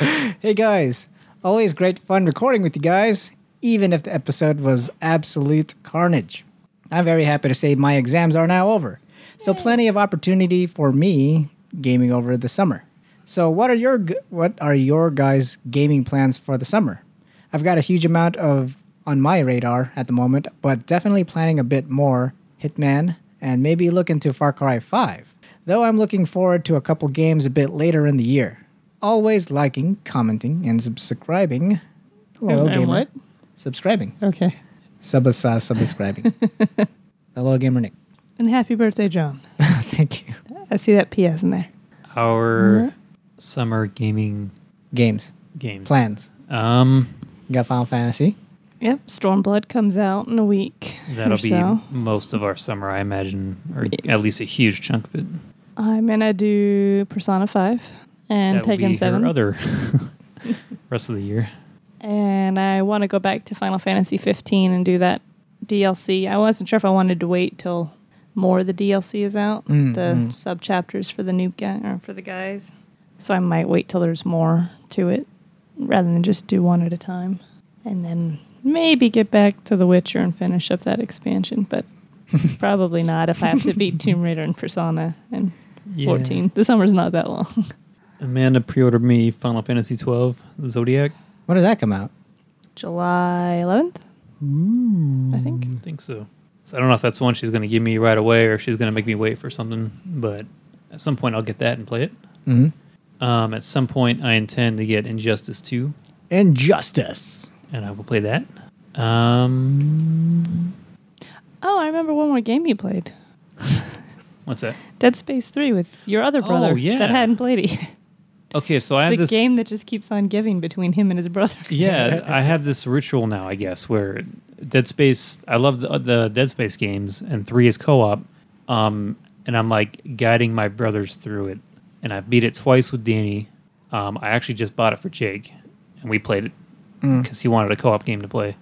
Hey guys, always great fun recording with you guys, even if the episode was absolute carnage. I'm very happy to say my exams are now over, so plenty of opportunity for me gaming over the summer. So, what are your g- what are your guys' gaming plans for the summer? I've got a huge amount of on my radar at the moment, but definitely planning a bit more Hitman and maybe look into Far Cry 5. Though I'm looking forward to a couple games a bit later in the year. Always liking, commenting, and subscribing. Hello,
And- and
gamer.
what?
Subscribing.
Okay.
Sub us, uh, subscribing. Hello, gamer Nick.
And happy birthday, John.
Thank you.
I see that PS in there.
Our summer gaming
Games.
games.
Plans.
Um,
You got Final Fantasy?
Yep. Stormblood comes out in a week.
that'll
or
be
so.
most of our summer, I imagine, or at least a huge chunk of it.
I'm gonna do Persona Five and
that will be
Tekken
her
Seven,
other rest of the year.
and I want to go back to Final Fantasy 15 and do that DLC. I wasn't sure if I wanted to wait till more of the DLC is out,
Mm,
the
mm.
sub chapters for the noob guy or for the guys. So I might wait till there's more to it rather than just do one at a time, and then maybe get back to The Witcher and finish up that expansion, but. Probably not if I have to beat Tomb Raider and Persona and 14. The summer's not that long.
Amanda pre-ordered me Final Fantasy twelve Zodiac.
When does that come out?
July 11th, I think.
I Mm, think so. So I don't know if that's one she's going to give me right away or if she's going to make me wait for something. But at some point, I'll get that and play it.
Mm-hmm.
Um, at some point, I intend to get Injustice two,
Injustice.
and I will play that. Um,
Oh, I remember one more game you played
what's that?
Dead Space 3 with your other
Oh,
brother
yeah.
that hadn't played it yet.
Okay, so I
It's
have
the
this
game that just keeps on giving between him and his brother.
yeah, I have this ritual now, I guess, where Dead Space. I love the, the Dead Space games, and three is co-op, um, and I'm like guiding my brothers through it. And I beat it twice with Danny. Um, I actually just bought it for Jake, and we played it because he wanted a co-op game to play.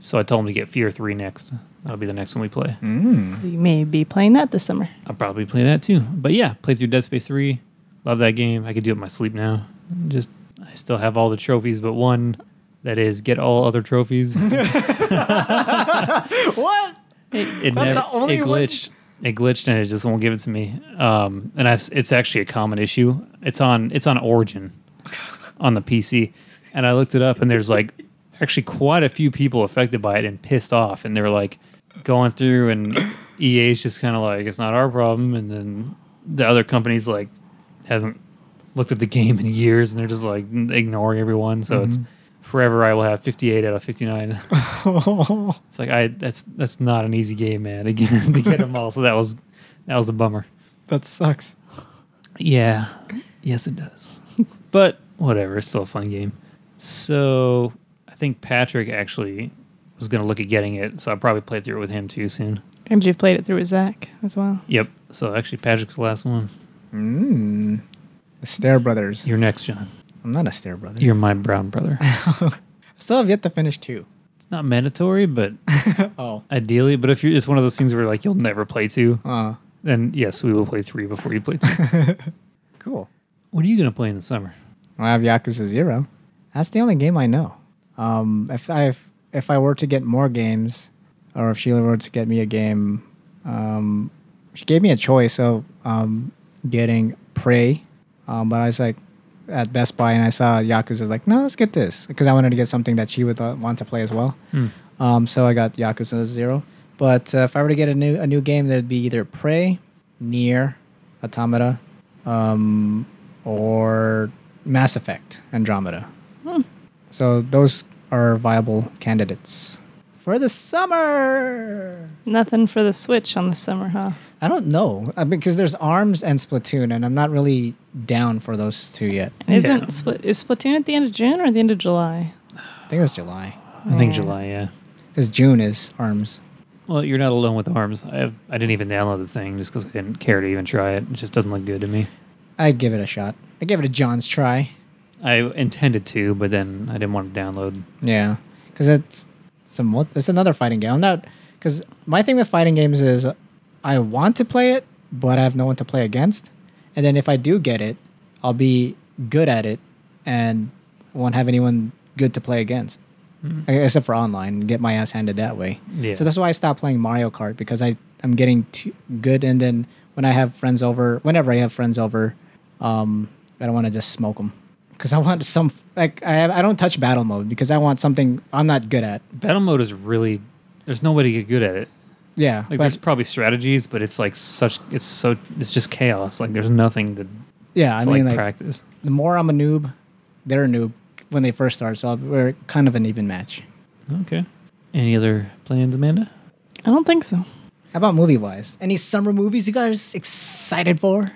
So I told him to get Fear Three next. That'll be the next one we play.
So you may be playing that this summer.
I'll probably play that too. But yeah, played through Dead Space 3. Love that game. I could do it in my sleep now. Just I still have all the trophies but one that is get all other trophies. it
What?
never
the only
it
one?
glitched. It glitched and it just won't give it to me. Um, and I, it's actually a common issue. It's on it's on Origin on the PC. And I looked it up and there's like actually quite a few people affected by it and pissed off and they're like going through and EA's just kind of like it's not our problem and then the other companies like hasn't looked at the game in years and they're just like ignoring everyone so it's
Mm-hmm.
forever I will have 58 out of 59. it's like I that's that's not an easy game man to get to get them all so that was that was a bummer.
That sucks.
Yeah. Yes, it does. but whatever. It's still a fun game. So I think Patrick actually was going to look at getting it. So I'll probably play through it with him too soon.
And you've played it through with Zach as well.
Yep. So actually, Patrick's the last one.
Mm. The Stair Brothers.
You're next, John.
I'm not a Stair Brother.
You're my brown brother.
Still have yet to finish two.
it's not mandatory, but
Oh.
ideally. But if you're, it's one of those things where like you'll never play two,
Uh,
then yes, we will play three before you play two.
cool.
what are you going to play in the summer?
I have Yakuza Zero. That's the only game I know. Um, if I if, if I were to get more games, or if Sheila were to get me a game, um, she gave me a choice of um, getting Prey, um, but I was like at Best Buy and I saw Yakuza. I was like, no, let's get this because I wanted to get something that she would uh, want to play as well. Um, so I got Yakuza Zero. But uh, if I were to get a new a new game, there'd be either Prey, Near, Automata, um, or Mass Effect Andromeda. So those are viable candidates for the summer.
Nothing for the Switch on the summer, huh?
I don't know I mean, because there's Arms and Splatoon, and I'm not really down for those two yet.
And isn't
Yeah.
Spl- is Splatoon at the end of June or the end of July?
I think it's July
I think July. Yeah.
because June is Arms.
Well, you're not alone with arms. I have, I didn't even download the thing just because I didn't care to even try it. It just doesn't look good to me.
I'd give it a shot. I give it a John's try.
I intended to, but then I didn't want to download.
Yeah, because it's somewhat. It's another fighting game. I'm not Because my thing with fighting games is I want to play it, but I have no one to play against. And then if I do get it, I'll be good at it and won't have anyone good to play against. Except for online, get my ass handed that way.
Yeah.
So that's why I stopped playing Mario Kart because I I'm getting too good, and then when I have friends over, whenever I have friends over, um, I don't want to just smoke them because I want some like I have, I don't touch battle mode because I want something I'm not good at.
Battle mode is really there's no way to get good at it.
Yeah,
Like
but-
there's probably strategies, but it's like such it's so it's just chaos. Like there's nothing to,
yeah. I
to,
mean, like
like practice.
the more I'm a noob, they're a noob when they first start, so I'll- we're kind of an even match.
Okay. Any other plans, Amanda?
I don't think so.
How about movie wise? Any summer movies you guys excited for?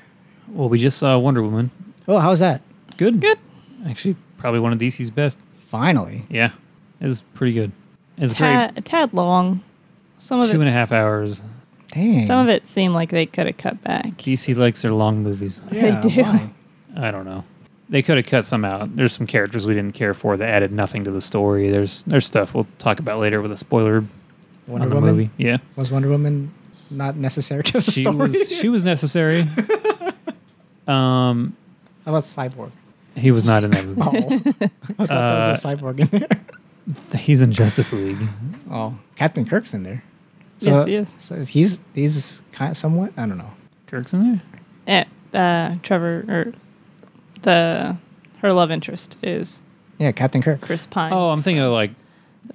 Well, we just saw Wonder Woman.
Oh, how's that?
Good.
Good.
Actually, probably one of DC's best.
Finally,
Yeah. It was pretty good. It's
Ta- a tad long. Some of
great. Two and a
it's-
half hours.
dang.
Some of it seemed like they could have cut back.
DC likes their long movies.
yeah,
they do.
why?
I don't know. They could have cut some out. There's some characters we didn't care for that added nothing to the story. There's there's stuff we'll talk about later with a spoiler
Wonder
on the
Woman.
movie. Yeah.
Was Wonder Woman not necessary to the
she
story?
was she was necessary. um
How about Cyborg?
he was not in that movie.
Oh, I thought there was a
Uh,
Cyborg in there.
He's in Justice League.
Oh, Captain Kirk's in there.
Yes, he is.
So he's he's kind of somewhat. I don't know.
Kirk's in there?
Eh, uh, Trevor or the her love interest is
Yeah, Captain Kirk.
Chris Pine.
Oh, I'm thinking of like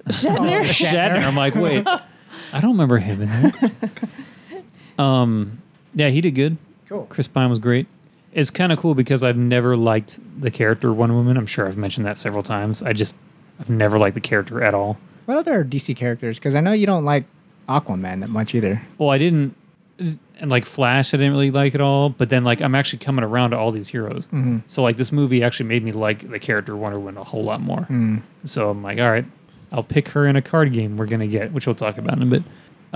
Oh, Shatner.
Shatner. I'm like, wait, I don't remember him in there. um, yeah, he did good.
Cool.
Chris Pine was great. It's kind of cool because I've never liked the character Wonder Woman. I'm sure I've mentioned that several times. I just I've never liked the character at all.
What other DC characters? Because I know you don't like Aquaman that much either.
Well, I didn't, and like Flash, I didn't really like at all. But then like I'm actually coming around to all these heroes.
Mm.
So like this movie actually made me like the character Wonder Woman a whole lot more.
Mm. hmm.
So I'm like, all right, I'll pick her in a card game we're gonna get, which we'll talk about in a bit.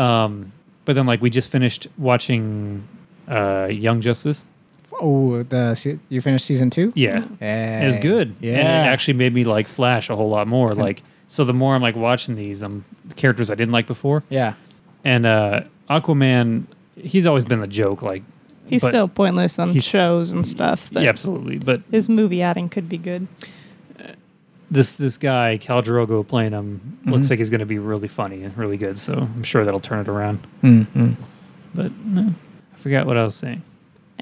Um, but then like we just finished watching uh, Young Justice.
Oh, the se- you finished season two.
Yeah, it was
Hey.
good.
Yeah.
and it actually made me like Flash a whole lot more. Like so, the more I'm like watching these, I'm characters I didn't like before,
Yeah.
and uh, Aquaman. He's always been the joke, like
He's
but-
still pointless on
he's-
shows and stuff, but
yeah, absolutely. But
his movie outing could be good.
this this guy Cal Drogo playing him
Mm-hmm.
looks like he's going to be really funny and really good. So I'm sure that'll turn it around.
Mm-hmm.
But no, I forgot what I was saying.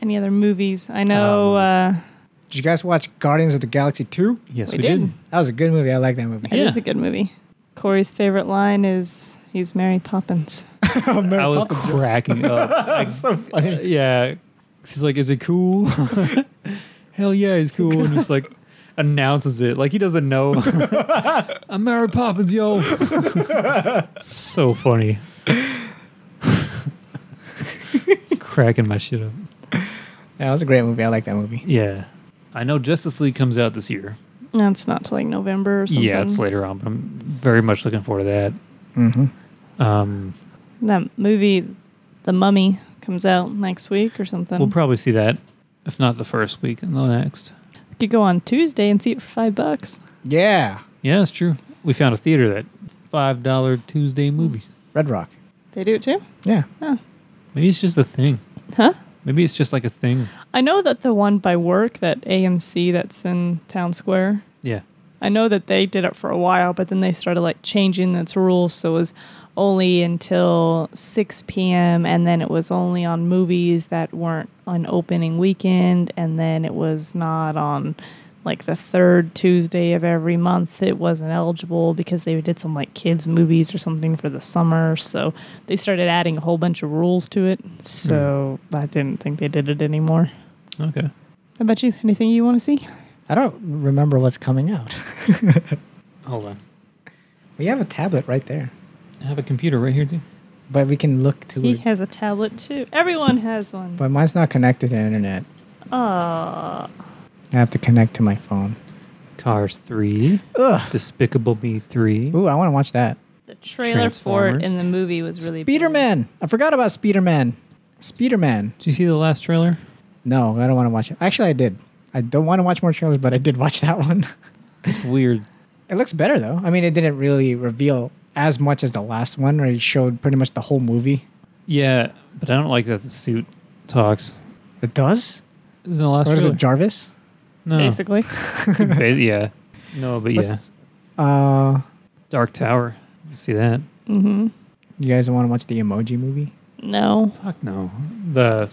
Any other movies? I know. uh,
Um,
Did you guys watch Guardians of the Galaxy two?
Yes, we,
We
did.
did.
That was a good movie. I like that movie.
it is
yeah.
a good movie. Corey's favorite line is "He's Mary Poppins."
I was cracking up. Like,
so funny.
yeah, he's like, "Is it cool?" Hell yeah, he's cool, and he's like announces it like he doesn't know. I'm Mary Poppins, yo. so funny. it's cracking my shit up.
Yeah, it was a great movie. I like that movie.
Yeah. I know Justice League comes out this year.
No, it's not till like November or something.
Yeah, it's later on, but I'm very much looking forward to
Mm-hmm.
that. Um,
That movie, The Mummy, comes out next week or something.
we'll probably see that, if not the first week, and the next.
you could go on Tuesday and see it for five bucks.
Yeah,
Yeah, it's true. We found a theater that $5 Tuesday movies.
Red Rock.
They do it too.
Yeah.
Oh.
Maybe it's just a thing.
Huh?
Maybe it's just like a thing.
I know that the one by work, that AMC that's in Town Square,
Yeah.
I know that they did it for a while, but then they started like changing its rules. So it was only until 6 p.m. and then it was only on movies that weren't on opening weekend. And then it was not on like the third Tuesday of every month. It wasn't eligible because they did some like kids' movies or something for the summer. So they started adding a whole bunch of rules to it. So I didn't think they did it anymore.
Okay.
How about you? Anything you want to see?
I don't remember what's coming out.
Hold on.
we have a tablet right there,
I have a computer right here, too.
but we can look to
He
it.
has a tablet too. Everyone has one.
But mine's not connected to the internet.
Uh,
I have to connect to my phone.
Cars 3.
Ugh.
Despicable Me 3.
Ooh, I want to watch that.
the trailer for it
Transformers.
in the movie was really bad.
Spider-Man. I forgot about Spider-Man. Spider-Man.
Did you see the last trailer?
No, I don't want to watch it. Actually, I did. I don't want to watch more trailers, but I did watch that one.
It's weird.
it looks better though. I mean, it didn't really reveal as much as the last one, where he showed pretty much the whole movie.
Yeah, but I don't like that the suit talks.
It does.
Is in the last
What is
trailer.
it, Jarvis? Oh.
no.
basically.
Ba- yeah. No, but yeah.
What's- Uh,
Dark Tower. You see that?
mm-hmm.
you guys want to watch the Emoji movie?
No.
Fuck no. The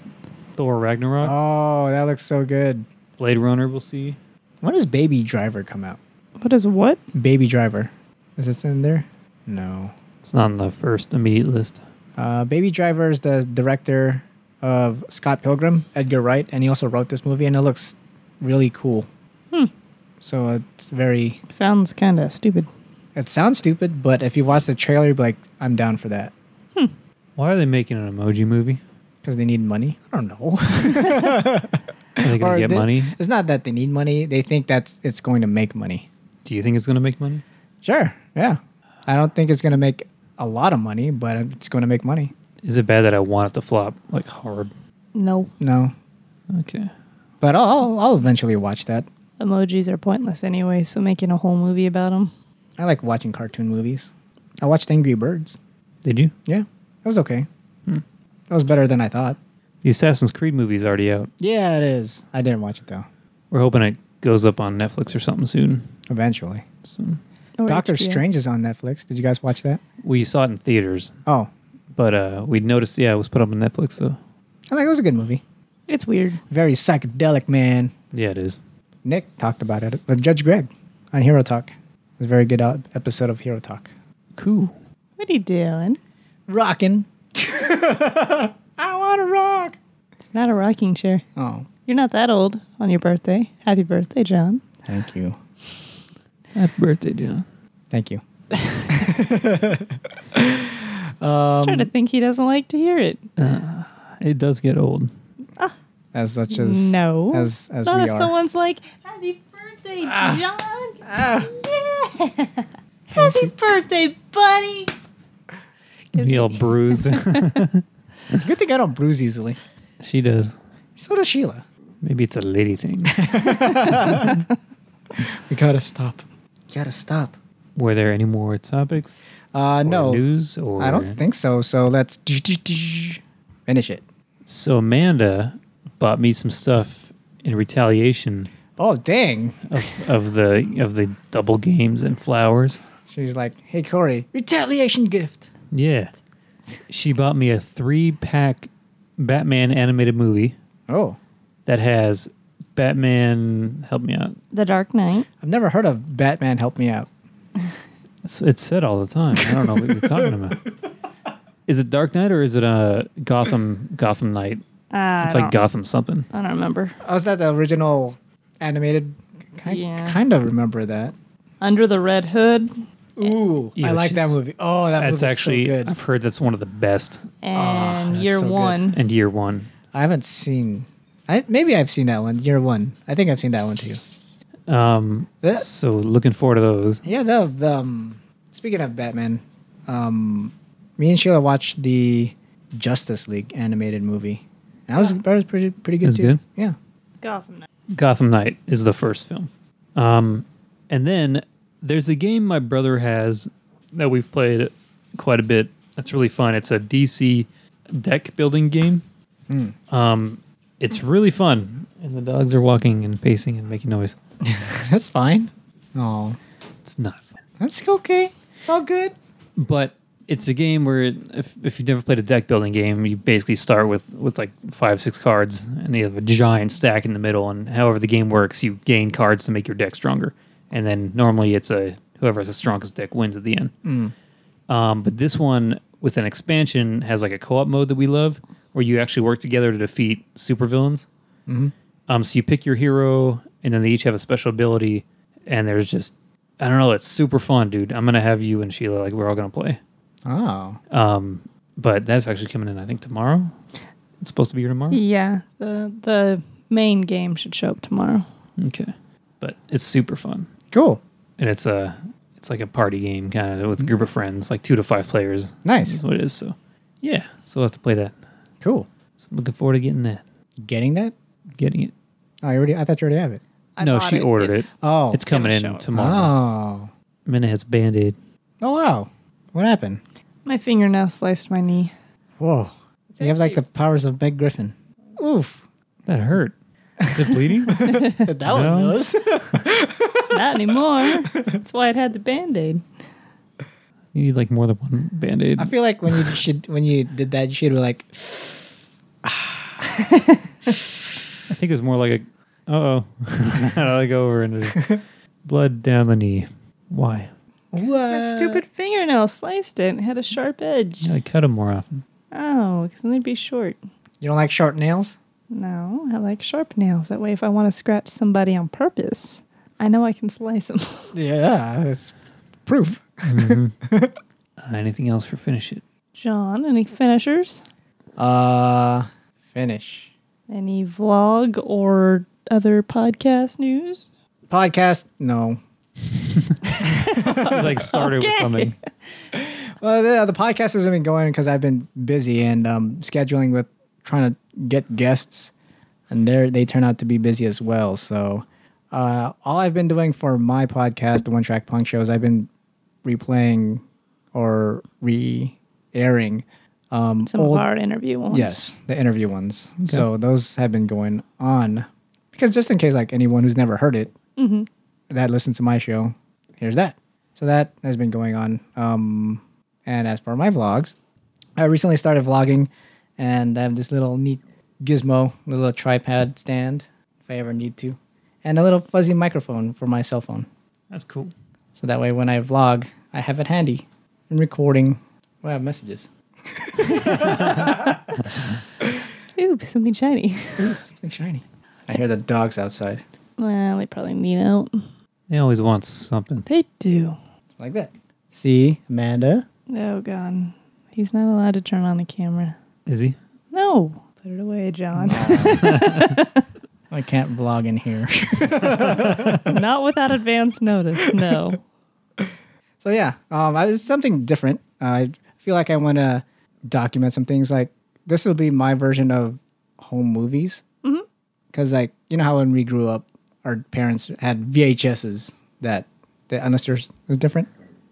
Thor Ragnarok.
Oh, that looks so good.
Blade Runner we'll see.
When does Baby Driver come out?
What is what?
Baby Driver, is this in there? No.
It's not on the first immediate list.
Uh, Baby Driver is the director of Scott Pilgrim, Edgar Wright, and he also wrote this movie, and it looks really cool.
Hmm.
So it's very.
Sounds kind of stupid.
It sounds stupid, but if you watch the trailer, you'll be like, "I'm down for that,"
Why are they making an emoji movie?
because they need money. I don't know.
Are they going
Or
to get
they-
money?
It's not that they need money; they think that's it's going to make money.
Do you think it's going to make money?
Sure. Yeah. I don't think it's going to make a lot of money, but it's going to make money.
Is it bad that I want it to flop like hard?
No.
No.
Okay.
But I'll, I'll eventually watch that.
Emojis are pointless anyway, so making a whole movie about them.
I like watching cartoon movies. I watched Angry Birds.
Did you?
Yeah. It was okay.
Hmm.
That was better than I thought.
The Assassin's Creed movie's already out.
Yeah, it is. I didn't watch it though.
We're hoping it goes up on Netflix or something soon.
Eventually.
So
Doctor
HBO.
Strange is on Netflix. Did you guys watch that?
we saw it in theaters,
Oh,
but uh, we noticed yeah, it was put up on Netflix. So
I think it was a good movie.
It's weird.
Very psychedelic, man.
yeah, it is.
Nick talked about it with Judge Greg on Hero Talk. It was a very good uh, episode of Hero Talk.
Cool.
What are you doing?
Rockin'. I want to rock.
It's not a rocking chair.
Oh,
You're not that old on your birthday. Happy birthday, John.
thank you.
Happy birthday, John.
Thank you.
I was trying
Um,
to think he doesn't like to hear it.
It does get old.
As such as
no.
as as
not
we
if
are. Ah.
someone's like, Happy birthday, John. Yeah. Happy birthday, buddy.
We all bruised.
Good thing I don't bruise easily.
she does.
So does Sheila.
Maybe it's a lady thing.
We gotta stop. Gotta stop.
Were there any more topics?
Uh,
Or
no,
News or
I don't think so. So let's finish it.
So Amanda bought me some stuff in retaliation
Oh dang!
of, of the of the double games and flowers.
She's like, "Hey Corey, retaliation gift."
Yeah. She bought me a three pack Batman animated movie
Oh,
that has Batman help me out.
The Dark Knight.
I've never heard of Batman. Help me out.
It's, it's said all the time. I don't know what you're talking about. Is it Dark Knight or is it uh, Gotham Gotham Knight?
Uh,
It's
I,
like
don't,
Gotham something.
I don't remember.
Oh, was that the original animated? I
Yeah.
kind of remember that.
Under the Red Hood
Ooh,
Yeah,
I like that
she's-
movie. Oh, that
That's
movie's
actually
so good.
I've heard that's one of the best Ah,
and
that's
Year
so good.
One.
and year one.
I haven't seen. I maybe I've seen that one. Year one. I think I've seen that one too.
Um,
That-
so looking forward to those.
Yeah. The the um, speaking of Batman, um, me and Sheila watched the Justice League animated movie. That was that was pretty pretty good
It was
too.
good?
Yeah.
Gotham Knight.
Gotham Knight is the first film. Um, and then there's a game my brother has that we've played quite a bit. That's really fun. It's a DC deck building game. Um, it's really fun. And the dogs are walking and pacing and making noise.
That's fine. Oh,
It's not fun.
that's okay. It's all good.
but it's a game where if, if you've never played a deck building game you basically start with with like five six cards and you have a giant stack in the middle and however the game works you gain cards to make your deck stronger and then normally it's a whoever has the strongest deck wins at the end um, but this one with an expansion has like a co-op mode that we love where you actually work together to defeat supervillains um, so you pick your hero, and then they each have a special ability, and there's just I don't know. It's super fun, dude. I'm gonna have you and Sheila like we're all gonna play.
Oh,
Um, but that's actually coming in I think tomorrow. It's supposed to be here tomorrow.
Yeah, the the main game should show up tomorrow.
Okay, but it's super fun,
cool.
and it's a it's like a party game kind of with a group of friends, like two to five players.
Nice.
That's what it is. So yeah, so we'll have to play that.
Cool.
So I'm looking forward to getting that,
Getting that?
getting it.
Oh, you already. I thought you already have it.
I
no,
bought
she ordered it.
It's-
Oh.
it's coming
show
in
up.
Oh.
tomorrow. Minna has Band Aid.
Oh wow. What happened?
My fingernail sliced my knee.
Whoa. You have like the powers of Meg Griffin. Oof.
That hurt. Is it bleeding?
That one
No.
knows.
Not anymore. That's why it had the band aid.
you need like more than one band aid.
I feel like when you should when you did that, you should be like,
I think it's more like a, uh oh. I go over and just blood down the knee. Why?
what?
My stupid fingernail sliced it and had a sharp edge.
Yeah, I cut them more often.
Oh, because then they'd be short.
uh, You don't like sharp nails?
No, I like sharp nails. That way, if I want to scratch somebody on purpose, I know I can slice them.
Yeah, that's proof.
Uh, anything else for finish it?
John, any finishers?
Uh, finish.
Any vlog or other podcast news?
Podcast? No.
You, like started with
Okay.
something.
Well, the, the podcast hasn't been going because I've been busy and um, scheduling with trying to get guests, and they they turn out to be busy as well. So, uh, all I've been doing for my podcast, the One Track Punk Show, is I've been replaying or re-airing um,
Some
old
of our interview ones.
Yes, the interview ones. So those have been going on because just in case, like anyone who's never heard it that listens to my show, here's that. So that has been going on. Um, and as for my vlogs, I recently started vlogging, and I have this little neat gizmo, little tripod stand if I ever need to, and a little fuzzy microphone for my cell phone.
That's cool.
So that way, when I vlog, I have it handy and recording. Well, I have messages.
Ooh, something shiny.
Ooh, something shiny. I hear the dogs outside.
well, they probably need out.
They always want something.
They do.
like that. See, Amanda.
Oh, God. He's not allowed to turn on the camera.
Is he?
No. Put it away, John.
I can't vlog in here.
not without advance notice. No.
so yeah, um, I- it's something different. I feel like I want to document some things. Like this will be my version of home movies. Because like you know how when we grew up, our parents had VHSs that, that unless yours was different.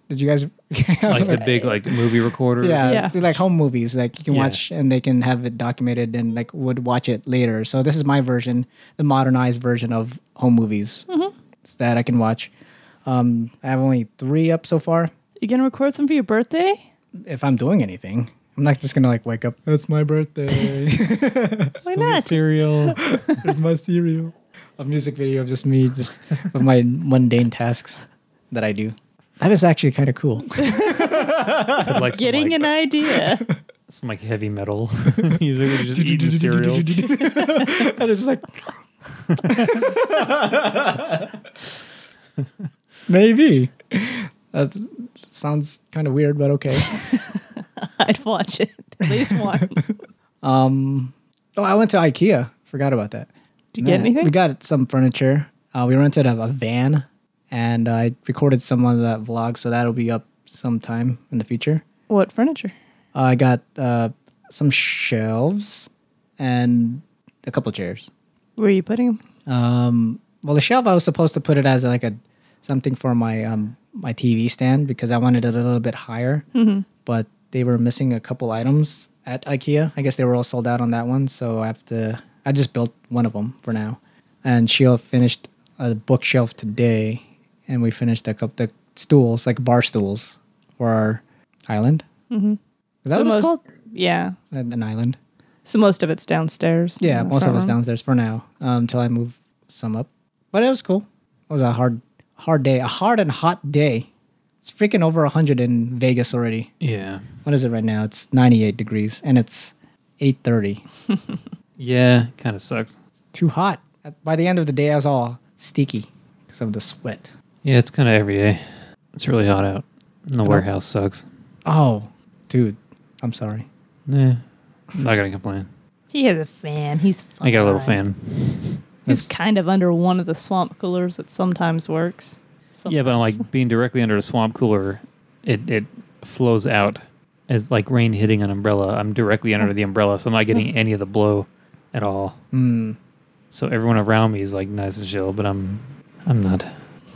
Did you guys
Like the big like movie recorder.
Yeah,
Yeah.
they're like home movies. Like you can
Yeah.
watch and they can have it documented and like would watch it later. So this is my version, the modernized version of home movies
Mm-hmm.
that I can watch. Um, I have only three up so far.
You gonna record some for your birthday?
If I'm doing anything, I'm not just gonna like wake up. That's my birthday.
Why
Go get
not?
Cereal.
It's my cereal. A music video of just me, just of my mundane tasks that I do. That is actually kind of cool.
I'd like
Getting
some,
an
like,
idea.
some like heavy metal music. where you're Just eating cereal.
and it's like maybe that sounds kind of weird but okay
I'd watch it at least once.
um oh i went to ikea forgot about that
Did you get
Man,
anything?
we got some furniture uh, we rented a, a van and i recorded some of that vlog so that'll be up sometime in the future
what furniture?
uh, i got uh, some shelves and a couple chairs
Where are you putting them?
Um, well, the shelf I was supposed to put it as like a something for my um my TV stand because I wanted it a little bit higher,
Mm-hmm.
but they were missing a couple items at IKEA. I guess they were all sold out on that one, so I have to. I just built one of them for now, and she'll finished a bookshelf today, and we finished a couple the stools like bar stools for our island. Mm-hmm. Is that
So
what
most-
it's called?
Yeah.
An an island.
So most of it's downstairs. in
Yeah,
the
most of
front
it's
room.
downstairs for now um, until I move some up. But it was cool. It was a hard, hard day, a hard and hot day. It's freaking over 100 in Vegas already.
Yeah.
What is it right now? It's 98 degrees and it's 8:30.
Yeah. Kind of sucks.
Too hot. At- By the end of the day, I was all sticky because of the sweat.
Yeah, it's kind of every day. It's really hot out. And the
know.
warehouse sucks.
Oh, dude, I'm sorry.
Yeah. Not gonna complain.
He has a fan. He's. Fine.
I got a little fan.
He's kind of under one of the swamp coolers that sometimes works.
Yeah, but I'm
Sometimes.
like being directly under a swamp cooler, it it flows out as like rain hitting an umbrella. I'm directly under the umbrella, so I'm not getting any of the blow at all.
Mm.
So everyone around me is like nice and chill, but I'm I'm not.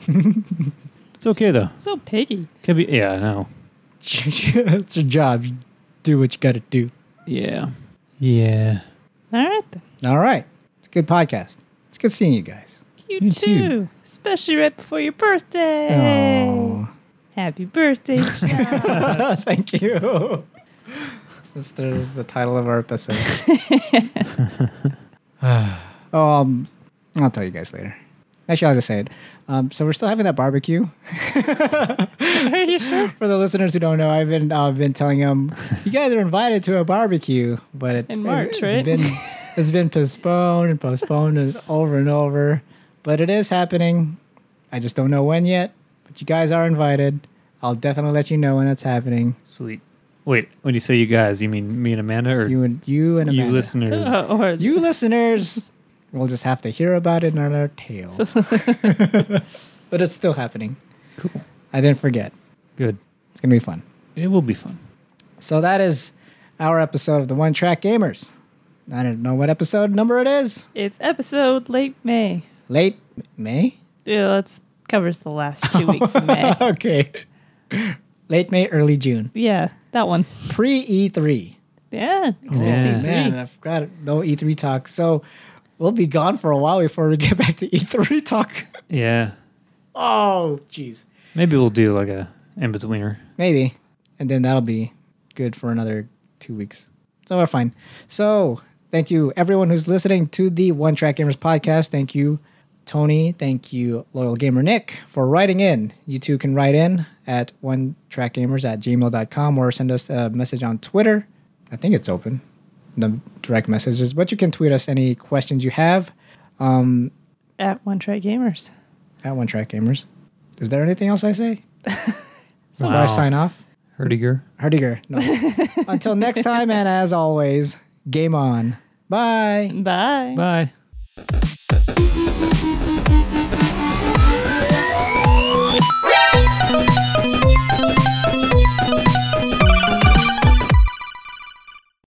it's okay though.
so piggy.
Can be yeah, I know.
it's your job. You do what you got to do.
Yeah. Yeah.
All right. Then.
All right. It's a good podcast. It's good seeing you guys.
You,
You
too.
too.
Especially right before your birthday.
Oh,
Happy birthday, Sean.
thank you. This is the title of our episode. um, I'll tell you guys later. Actually, I'll just say it. Um, so we're still having that barbecue.
Are you sure?
For the listeners who don't know, I've been uh, been telling them you guys are invited to a barbecue, but it,
In March,
it, has
right?
been it's been postponed and postponed and over and over, but it is happening. I just don't know when yet, but you guys are invited. I'll definitely let you know when it's happening.
Sweet. Wait, when you say you guys, you mean me and Amanda or
You and you and Amanda.
you listeners?
Oh, or
You listeners will just have to hear about it in our tale. but it's still happening.
Cool.
I didn't forget.
Good.
It's gonna be fun.
It will be fun.
So that is our episode of the One Track Gamers. I don't know what episode number it is.
It's episode late May.
Late May?
Yeah, that covers the last two weeks of May.
okay. Late May, early June.
Yeah, that one.
Pre E3.
Yeah. it's
Yeah.
mostly three.
Man, I've got no E3 talk. So we'll be gone for a while before we get back to E3 talk.
Yeah.
Oh, jeez.
Maybe we'll do like a in betweener.
Maybe. And then that'll be good for another two weeks. So we're fine. So thank you, everyone who's listening to the One Track Gamers podcast. Thank you, Tony. Thank you, Loyal Gamer Nick, for writing in. You too can write in at one track gamers at gmail.com or send us a message on Twitter. I think it's open, the direct messages, but you can tweet us any questions you have um,
At One Track Gamers.
at One Track Gamers. Is there anything else I say before
Wow.
I sign off?
Herdiger.
Herdiger. No. Until next time, and as always, game on. Bye.
Bye.
Bye.